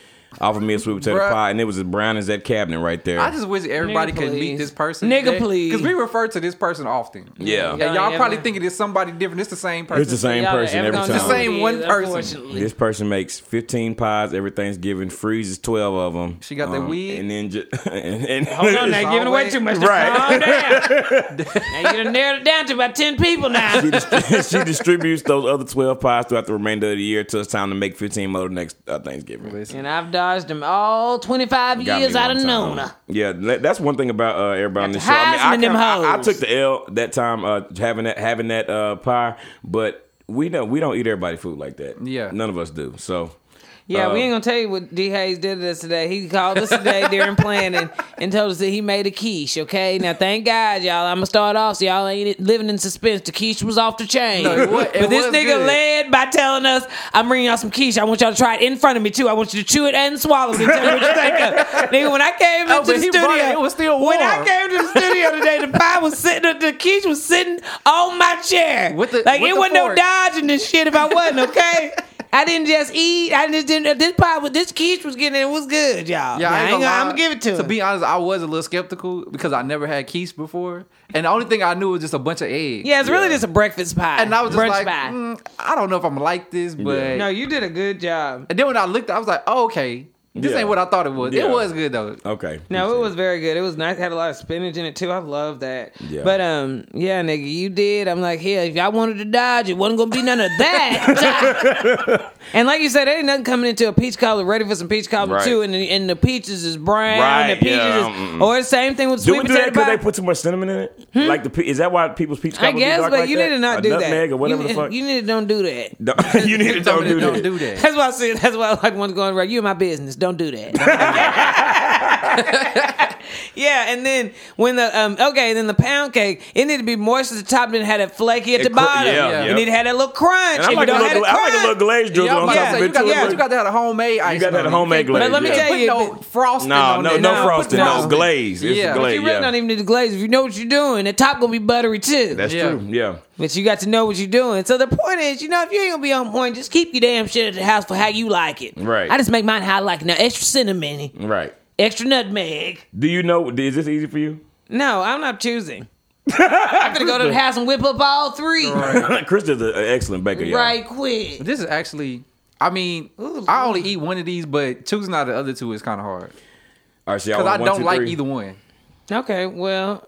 offered me a sweet potato Bruh. pie, and it was as brown as that cabinet right there. I just wish everybody Nigga, could meet please. this person. Nigga, please. Because we refer to this person often. Yeah. And y'all Yeah. probably thinking it's somebody different. It's the same person. it's the same person every time. The same one person. This person makes 15 pies every Thanksgiving, freezes 12 of them. She got that weed? and then just and, and Hold on, It's now giving away always- too much. Right. Right. Calm down. now you done narrowed it down to about ten people now. she, dist- she distributes those other 12 pies throughout the remainder of the year till it's time to make 15 more the next uh, Thanksgiving. Listen, And I've dodged them all 25 Got me years I one time. done known her. Yeah, that- that's one thing about uh, everybody on this show. Got the I, highs in kinda- them I- I hoes. took the L that time uh, having that having that uh, pie, but we know we don't eat everybody food like that. Yeah. none of us do. So Yeah, Uh, we ain't gonna tell you what D Hayes did to us today. He called us today during planning and told us that he made a quiche. Okay, now thank God, y'all. I'm gonna start off so y'all ain't living in suspense. The quiche was off the chain, No, it wa- it but this was nigga good. led by telling us, "I'm bringing y'all some quiche. I want y'all to try it in front of me too. I want you to chew it and swallow it. And tell me what you think of." it." Nigga, when I came Oh, into but the he brought it. studio, It was still When I warm. came to the studio today, the pie was sitting, the quiche was sitting on my chair. With the- like with it the wasn't no fork. dodging this shit if I wasn't okay. I didn't just eat. I just didn't. uh, This pie with this quiche was getting it was good, y'all. Yeah, Now, I ain't gonna, I'm lie. gonna give it to, To him. be honest, I was a little skeptical because I never had quiche before, and the only thing I knew was just a bunch of eggs. yeah, it's really just a breakfast pie. and I was just brunch like, pie. mm, I don't know if I'm gonna like this, but Yeah. no, you did a good job. and then when I looked, I was like, oh, okay, this Yeah. ain't what I thought it was. Yeah. It was good though. okay, No, it was very good. It was nice. Had a lot of spinach in it too. I love that. Yeah. But um, yeah, nigga, you did. I'm like, hell, if y'all wanted to dodge, it wasn't gonna be none of that. and like you said, there ain't nothing coming into a peach cobbler ready for some peach cobbler Right. too. And the, and the peaches is brown. Right, the peaches yeah, is, mm-mm. or the same thing with Do sweet we do potato that because pie. they put too much cinnamon in it? Like the pe- is that why people's peach Hmm? I cobbler be guess, dark but like you that? need to not Or do nutmeg that. or whatever you, the fuck. You need to don't do that. Don't- You need to don't do Don't that. do that. That's why I said. That's why I like one's going right. You in my business. Don't do that. yeah, and then when the um okay, then the pound cake, it needed to be moist at the top, then had it flaky at It the cr- bottom. yeah, yeah. Yeah, It needed to have that little crunch. And I like, If you a don't have little, the I like a crunch- little glaze drizzle Y'all on might top say of you it too. got, Yeah. but you got to have a homemade ice. gotta have the on it. homemade You glaze, can't put- yeah. you can't Put no But- frosting No, on no, it. no put frosting, no. no glaze. It's Yeah. a But But glaze. you really Yeah, don't even need the glaze. If you know what you're doing, the top gonna be buttery too. that's Yeah. true. Yeah. but you got to know what you're doing. So the point is, you know, if you ain't gonna be on point, just keep your damn shit at the house for how you like it. Right. I just make mine how I like it. Now extra cinnamon, Right. extra nutmeg. Do you know? Is this easy for you? No, I'm not choosing. I'm gonna go to the house and whip up all three right, Chris is an excellent baker. y'all. quick. This is actually. I mean, Ooh, I only eat one of these, but choosing out of the other two is kind of hard All right, so y'all because I want Oh, one, don't two, like three? either one. Okay, well,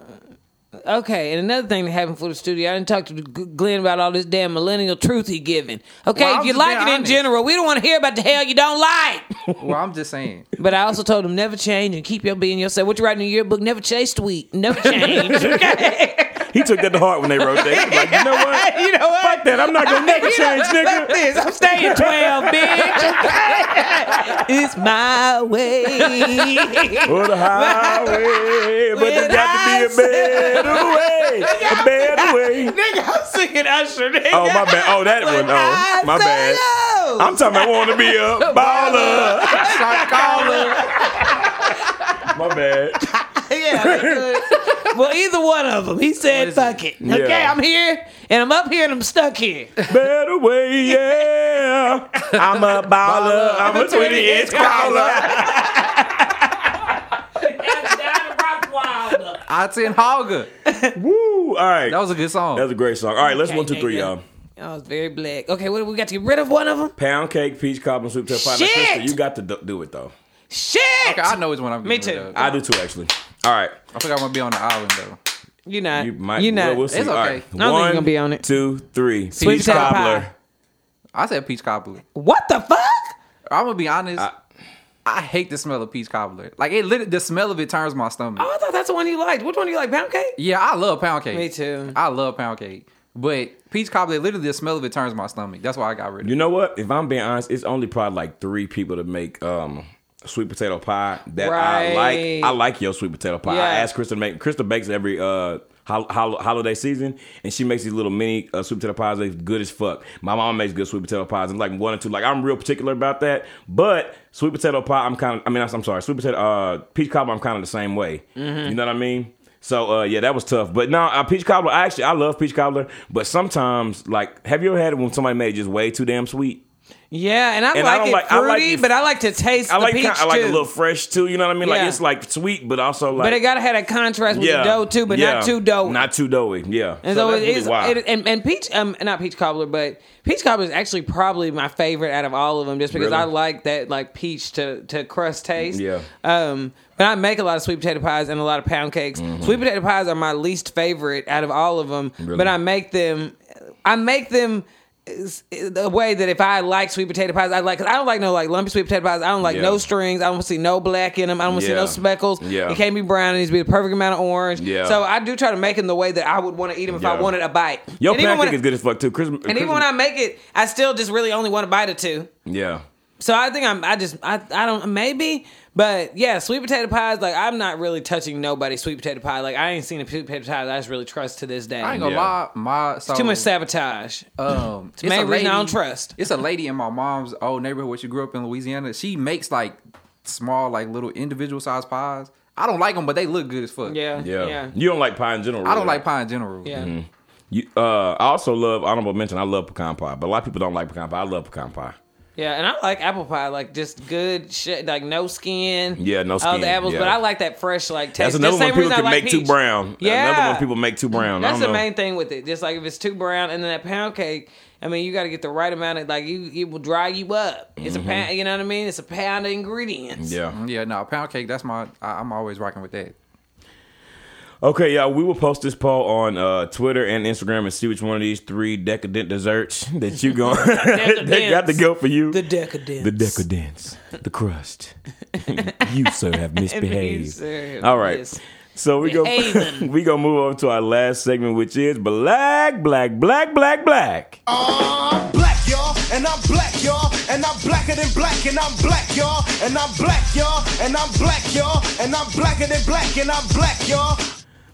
okay. And another thing that happened for the studio, I didn't talk to G- Glenn about all this damn millennial truth he giving. Okay, Well, I if was you just like being it in honest. general, we don't want to hear about the hell you don't like. Well, I'm just saying. but I also told him never change and keep your being yourself. What you write in your yearbook, never chase tweet, never change. Okay. He took that to heart when they wrote that. He was Like, you know what? you know what? Fuck that. I'm not gonna never change, nigga. this. I'm staying 12, bitch. it's my way. For the highway, but there's got to be a With better way. A better way. nigga, I'm singing Usher, nigga. Oh my bad. Oh that one. Oh my bad. I'm talking. about want to be a baller. Shot caller. My bad. yeah, they could. well, either one of them. He said, "Fuck it." Yeah. Okay, I'm here, and I'm up here, and I'm stuck here. Better way. Yeah. I'm a baller. I'm a 20 inch baller. Aten Hauger. Woo. All right. That was a good song. That was a great song. All right. Let's one, two, Okay, three, nigga. y'all. I was very black. Okay, what we got to get rid of one of them? Pound cake, peach cobbler, soup to pie. Now, Shit. Krista, you got to do- do it though. Shit. okay, I know which one I'm Me getting too. rid of. I do too, actually. All right. I think I'm gonna be on the island though. you not. You You might. are not. We'll, we'll see. It's All okay. right. I don't think you're One, gonna be on it. Two, three. Sweet Peach potato pie. cobbler. I said peach cobbler. What the fuck? I'm gonna be honest. I, hate the smell of peach cobbler. Like it, lit- the smell of it turns my stomach. Oh, I thought that's the one you liked. Which one do you like? Pound cake? Yeah, I love pound cake. Me too. I love pound cake, but peach cobbler, literally the smell of it turns my stomach. That's why I got rid of. You it. know what? If I'm being honest, it's only probably like three people to make um sweet potato pie that I Right. like. I like your sweet potato pie. I Yeah. asked Krista to make. Krista bakes every uh hol- hol- holiday season, and she makes these little mini uh, sweet potato pies. They're good as fuck. My mom makes good sweet potato pies. I'm like one or two. Like I'm real particular about that. But sweet potato pie, I'm kind of. I mean, I'm, I'm sorry. Sweet potato uh peach cobbler, I'm kind of the same way. Mm-hmm. You know what I mean? So uh, yeah, that was tough. But now uh, peach cobbler, I actually I love peach cobbler. But sometimes, like, have you ever had it when somebody made it just way too damn sweet? Yeah, and I And I like don't it like- I fruity, like it- but I like to taste I the like peach kind I like too. a little fresh too. You know what I mean? Like Yeah. it's like sweet, but also like but it gotta have that contrast with the dough too, but yeah, not too dough. not too doughy. Yeah, And so, that's it really is, wild. it, and, and peach, um, not peach cobbler, but peach cobbler is actually probably my favorite out of all of them, just because Really? I like that like peach to to crust taste. Yeah. Um, but I make a lot of sweet potato pies and a lot of pound cakes. Sweet potato pies are my least favorite out of all of them, Mm-hmm. Really? but I make them. I make them is- a way that if I like sweet potato pies, I like. Cause I don't like no like lumpy sweet potato pies. I don't like Yeah. no strings. I don't want to see no black in them. I don't want to see Yeah. no speckles. Yeah. It can't be brown. It needs to be the perfect amount of orange. Yeah. So I do try to make them the way that I would want to eat them if I Yeah. wanted a bite. Your and even pancake when, is good as fuck too. Chris, And even when I make it, I still just really only want a bite or two. yeah, So I think I'm. I just. I. I don't. Maybe. But yeah, sweet potato pies. Like I'm not really touching nobody's sweet potato pie. Like I ain't seen a sweet potato pie that I just really trust to this day. I ain't gonna Yeah. lie, my so, Too much sabotage. Um, it's main a reason I don't lady- trust. It's a lady in my mom's old neighborhood where she grew up in Louisiana. She makes like small, like little individual sized pies. I don't like them, but they look good as fuck. Yeah. yeah, Mm-hmm. Yeah. You don't like pie in general. I don't really. like pie in general. Yeah. You, uh, I also love honorable mention. I love pecan pie, but a lot of people don't like pecan pie. I love pecan pie. Yeah, and I like apple pie, like just good shit, like no skin. Yeah, no All skin, the apples, yeah. but I like that fresh, like taste. That's The another same one people reason I can like make too peach. brown. another Yeah. one people make too brown. That's I the don't know. main thing with it. Just like if it's too brown, and then that pound cake. I mean, you got to get the right amount of like you. It will dry you up. It's a pound. You know what I mean? It's a pound of ingredients. Yeah. Mm-hmm. Yeah, no, pound cake. That's my. I, I'm always rocking with that. Okay, y'all. We will post this poll on uh, Twitter and Instagram and see which one of these three decadent desserts that you going they got to go for you. The decadence. The decadence, the crust. you sir have misbehaved. sir have All right. mis- So we go behaving. we gonna move on to our last segment, which is black, black, black, black, black. I'm black, y'all, and I'm black, y'all, and I'm blacker than black, and I'm black, y'all, and I'm black, y'all, and I'm black, y'all, and I'm blacker than black, and I'm black, y'all.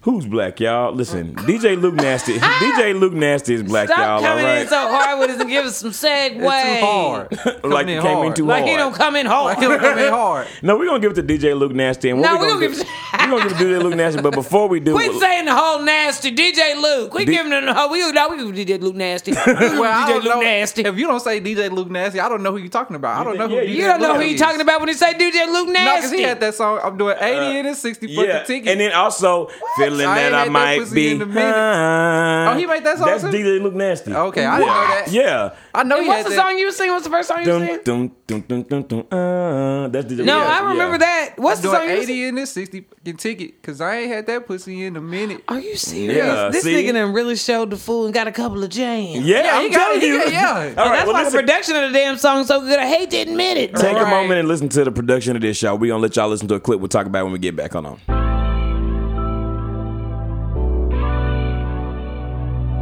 Who's black, y'all? Listen, DJ Luke Nasty. DJ Luke Nasty is black, Stop y'all. coming all right. in so hard with us and give us some segue. It's too hard. Coming Like you in came in hard. too Like hard. he don't come in hard. Like it come in hard. no, we're gonna give it to DJ Luke Nasty and what No, we we gonna, gonna do, give it- we gonna give it to DJ Luke Nasty, but before we do Quit saying the whole nasty DJ Luke. We D- giving him the whole. We no, we give DJ Luke nasty. We give Well, I DJ don't know. Luke nasty. If you don't say DJ Luke Nasty, I don't know who you're talking about. I don't know who yeah, DJ You don't know who Luke you is. talking about when you say DJ Luke No, because nasty. he had that song. I'm doing 80 Uh, and it's 60 for Yeah, the ticket. and then also feeling I that ain't I had that might pussy be. in a minute. high. Oh, he made that song That's too? DJ Luke Nasty. okay, I didn't know that. Yeah. I know And he what's had the that. song you was singing? What's the first song you were Dun, singing? dun, dun, dun, dun, dun, uh, that's DJ No, Luke Nasty, I remember yeah. that. What's the doing song? you was- 80 and this 60 fucking ticket because I ain't had that pussy in a minute. Are you serious? Yeah, this see? nigga done really showed the fool and got a couple of jams. Yeah, Yeah, I'm he got telling it, he you. got- yeah. All right, And That's well, why listen, the production of the damn song's so good. I hate to admit it. Take a Right. moment and listen to the production of this, y'all. We gonna let y'all listen to a clip. We'll talk about it when we get back. Hold on.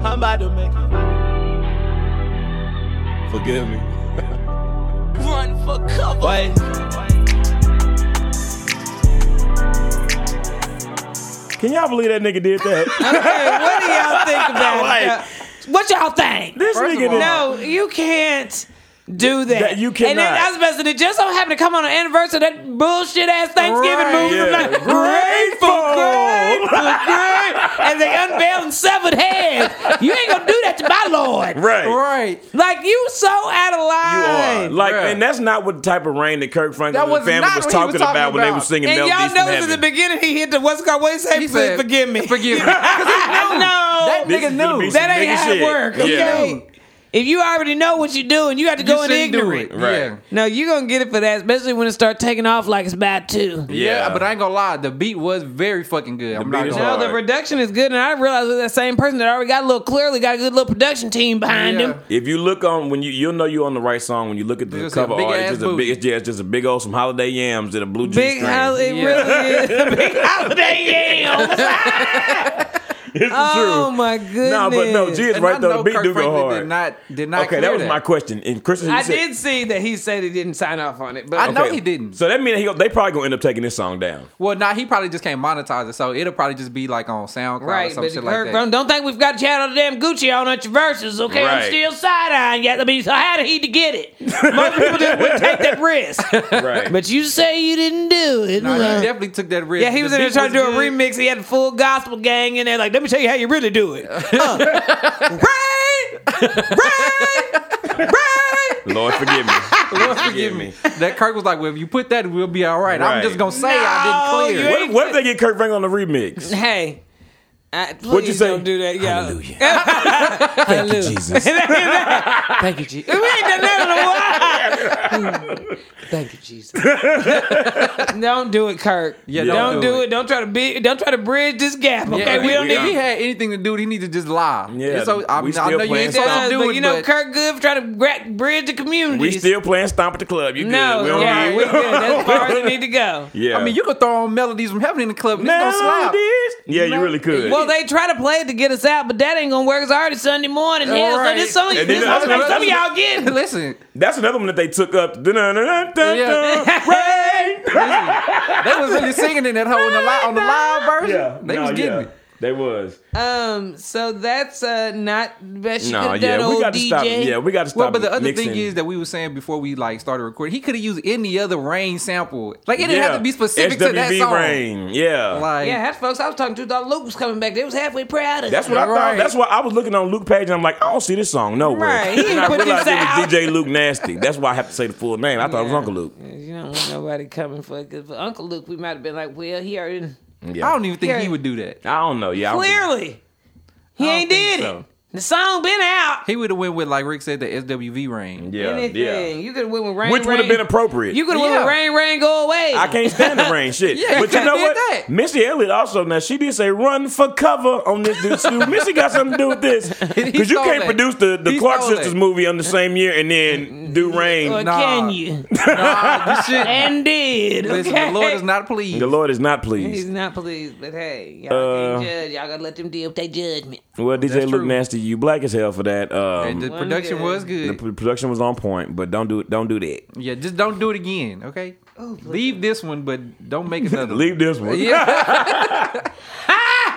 I'm about to make it. Forgive me. Run for cover. Wait. Can y'all believe that nigga did that? Okay, what do y'all think about Like- it? What y'all think? This First of nigga all- did. No, you can't do that. That you And then cannot. I was about to say, it just so happened to come on an anniversary of that bullshit ass Thanksgiving Right. movie. from Yeah. like, grateful, Grateful. grateful, grateful. and they unveiled severed heads. You ain't gonna do that to my lord. Right. Right. Like you so out You of are. line. Like, Bruh. and that's not what the type of rain that Kirk Franklin That and the was family not was what he talking, was talking about when they were about. singing and Melody y'all from noticed at the Heaven. beginning he hit the what's it called? What he say? He Please said, forgive me. Forgive me. 'Cause he knew. That This is gonna nigga be knew. some That ain't nigga how it shit. work. Okay. If you already know what you're doing, you got to You go in shouldn't do ignorant. it. Right. Yeah. No, you're gonna get it for that, especially when it start taking off like it's bad too. Yeah. Yeah, but I ain't gonna lie, the beat was very fucking good. I'm beat not is gonna hard. lie. No, the production is good, and I realize that that same person that already got a little clearly got a good little production team behind Yeah. him. If you look on when you you'll know you're on the right song when you look at the It's just a cover big art. ass It's just a booty. big, it's, yeah, it's just a big old some holiday yams and a blue Big G house, string. it Yeah. really is. Big holiday yams. It's oh my goodness. No, but no, G is And I right though. know The beat Kirk do go Franklin hard. Did not, did not okay, clear that was my question. And Christian, you I said- did see that he said he didn't sign off on it, but I know he didn't. So that means he, they probably gonna end up taking this song down. Well, nah, he probably just can't monetize it, so it'll probably just be like on SoundCloud Right, or some but shit Kirk, like that. don't, don't think we've got Chad on the damn Gucci on at your verses, okay? I'm Right. still side eyeing yet. I mean, so how did he to get it? Most people just would take that risk. Right. But you say you didn't do it. Nah, Well, he definitely took that risk. yeah, he was The in there beat trying to do a good. remix. He had the full gospel gang in there, like, let me tell you how you really do it. Uh, right, right, right. Lord forgive me. Lord forgive me. That Kirk was like, "Well, if you put that, we'll be all right." Right. I'm just gonna No, say I didn't you clear. ain't- What, what if they get Kirk Franklin on the remix? Hey. I, please What'd you say? Don't do that, y'all. Hallelujah. Thank you, Jesus. Thank you, Jesus. We ain't done that in a while. Thank you, Jesus. don't do it, Kirk. Yeah, don't don't do it. Don't try to be. Don't try to bridge this gap. Okay, Yeah, we don't we- need. if he had anything to do, he needed to just lie. Yeah, so, I, we mean, I still know you playing ain't supposed to Does, do but it, you know, but Kirk Good for trying to gra- bridge the community. We still playing Stomp at the Club. You good? no. we don't yeah, need- we good. That's as far as we need to go. yeah. I mean, you could throw on melodies from heaven in the club. And it's gonna slap. Melodies. Yeah, you really could. Well, they try to play it to get us out, but that ain't gonna work. It's already Sunday morning. All Hell, right. so this song, And this then song, that's- some of y'all getting. Listen, That's another one that they took up. Dun-dun-dun-dun-dun. Yeah. Rain. they was really singing in that whole on the live, on the live version. Yeah, they no, was getting yeah. it. They was. Um, so that's uh not best you No, could have yeah, done, we old got to DJ. stop. Yeah, we got to stop. Well, but the other mixing. thing is that we were saying before we like started recording, he could have used any other rain sample. Like it didn't have to be specific SWV to that song. Rain. Yeah. Like yeah, half the folks I was talking to thought Luke was coming back. They was halfway proud of that's him. what I Right. thought. That's why I was looking on Luke page and I'm like, I don't see this song nowhere. Right. He And I put this realized it out. was DJ Luke Nasty. That's why I have to say the full name. I thought it was Yeah. Uncle Luke. You don't want nobody coming for it. 'cause for Uncle Luke, we might have been like, well, he already Yeah. I don't even think Yeah. he would do that. I don't know. Yeah. I don't- clearly he ain't think did it. so. The song been out. He would have went with like Rick said the SWV rain. Yeah. Anything you could have went with rain, Yeah. Which would have Rain. been appropriate. You could have Yeah. went with rain, rain, go away. I can't stand the rain shit. Yeah, but you you know did what? that. Missy Elliott also now she did say run for cover on this dude too. Missy got something to do with this because you stole can't that. produce the, the He Clark stole sisters that. movie on the same year and then do Or rain. Nah. can you? Nah, you should. and did. Listen, okay? the Lord is not pleased. The Lord is not He's pleased. not pleased, but hey, y'all Uh, can't judge. Y'all gotta let them deal with their judgment. Well, DJ That's Luke true. Nasty, you black as hell for that. and the Um, production good. was the good. p- production was on point, but don't do it. Don't do that. yeah, just don't do it again, okay? Oh, Leave this one, but don't make another. Leave this one. Yeah,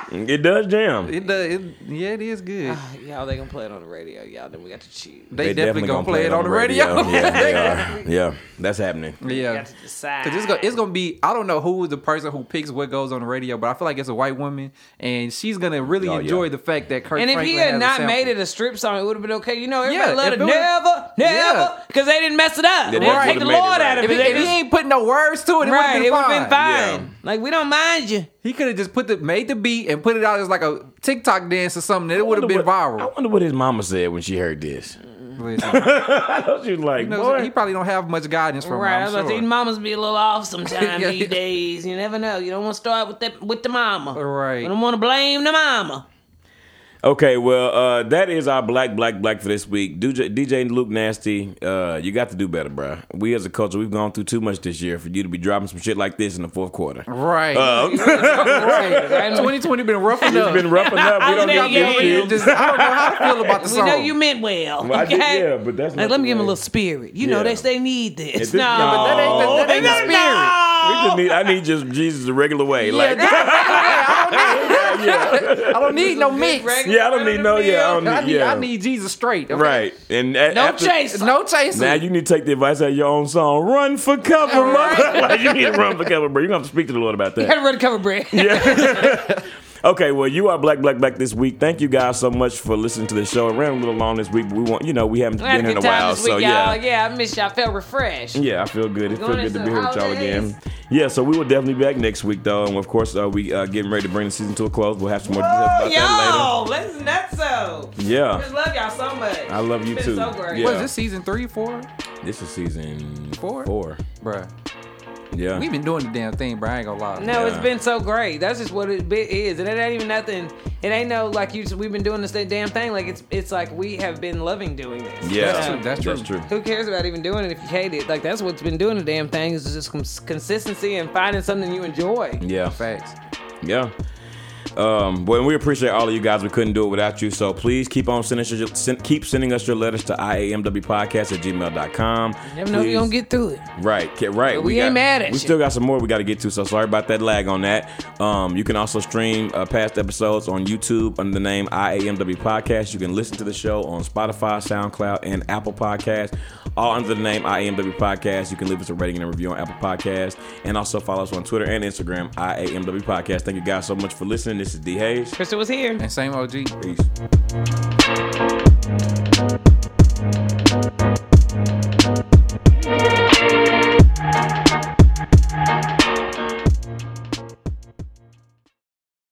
It does jam. it, does. it, yeah, it is Oh, good. Y'all, they gonna play it on the radio. Y'all, then we got to choose. They, definitely, gonna play it on the radio. yeah, they are. Yeah, that's happening. yeah. Got to decide. Cause it's gonna it's gonna be I don't know who is the person who picks what goes on the radio, but I feel like it's a white woman, and she's gonna really Oh, yeah. enjoy the fact that Kirk. and if Franklin he had has not a made it a strip song, it would have been okay. You know, everybody Yeah, loved if it. it was- Never, Yeah. never, because they didn't mess it up. Yeah, they they didn't would've take the made it Lord right. out of if, it. he, They if he just- ain't put no words to it, it right, it would would have been have been, fine. fine. Like we don't mind you. He could have just put the made the beat and put it out as like a TikTok dance or something. It would have been Wonder what- I viral. wonder what his mama said when she heard this. Listen, She was like, you know, boy, he probably don't have much guidance from. Right, I Right, was i about to say, mamas be a little off sometimes Yeah. these days. You never know. You don't want to start with that with the mama. Right. You don't want to blame the mama. Okay, well, uh, that is our black, black, black for this week. DJ, DJ Luke Nasty, uh, you got to do better, bruh. We as a culture, we've gone through too much this year for you to be dropping some shit like this in the fourth quarter. Right. Right, right. 2020 been rough enough. It's Uh. been roughing up. We don't Holiday got this game. shit. Just, I don't know how to feel about the We song. know you meant well. Well, I okay? did- yeah, but that's Like, not let the me give them a way. little spirit. You Yeah. know, they they need this. It's- No, no, Oh, but that ain't- that ain't the No, spirit. We no. just need, I need just Jesus the regular way. Yeah, Like, that's- I don't need- I don't need no mix. regular- yeah, I don't need no, yeah, I don't need, I need, yeah. I need Jesus straight. okay? right. And a- No after- chase. No chasing. Now you need to take the advice out of your own song. Run for cover, mother. like, you need to run for cover, bro. You're going to have to speak to the Lord about that. Gotta run the cover bread. Okay, well, you are Black Black Black this week. Thank you guys so much for listening to the show. It ran a little long this week, but we want you know we haven't I had been a here in a good time while, this week, so yeah. y'all. Yeah, I missed you. I felt refreshed. Yeah, I feel good. It feels Going good to into be here with y'all holidays. again. Yeah, so we will definitely be back next week though, and of course uh, we uh, getting ready to bring the season to a close. We'll have some more details about that Yo, listen, that's so. later. Yeah, Just love y'all so much. I love you It's too. been so great. Yeah, What is this season three, four? this is season Four? Four. Bruh. Yeah, We've been doing the damn thing, bro. I ain't gonna lie. No, Yeah. it's been so great. That's just what it be- is, and it ain't even nothing. It ain't no like you. We've been doing this damn thing. Like it's it's like we have been loving doing this. yeah, That's true, that's That's true. true. Who cares about even doing it if you hate it? Like that's what's been doing the damn thing is just cons- consistency and finding something you enjoy. Yeah. Facts. Yeah. Um, well, we appreciate all of you guys. We couldn't do it without you. So please keep on sending us your, send, keep sending us your letters to iamwpodcast at gmail.com. Never know if you're gonna get through it. Right, get right. But we ain't got- mad at We you. still got some more we got to get to, so sorry about that lag on that. Um, you can also stream uh, past episodes on YouTube under the name IAMW Podcast. You can listen to the show on Spotify, SoundCloud, and Apple Podcast, all under the name IAMW Podcast. You can leave us a rating and a review on Apple Podcast, and also follow us on Twitter and Instagram, IAMW Podcast. Thank you guys so much for listening. This is D Hayes. Crystal was here. And same OG. Peace.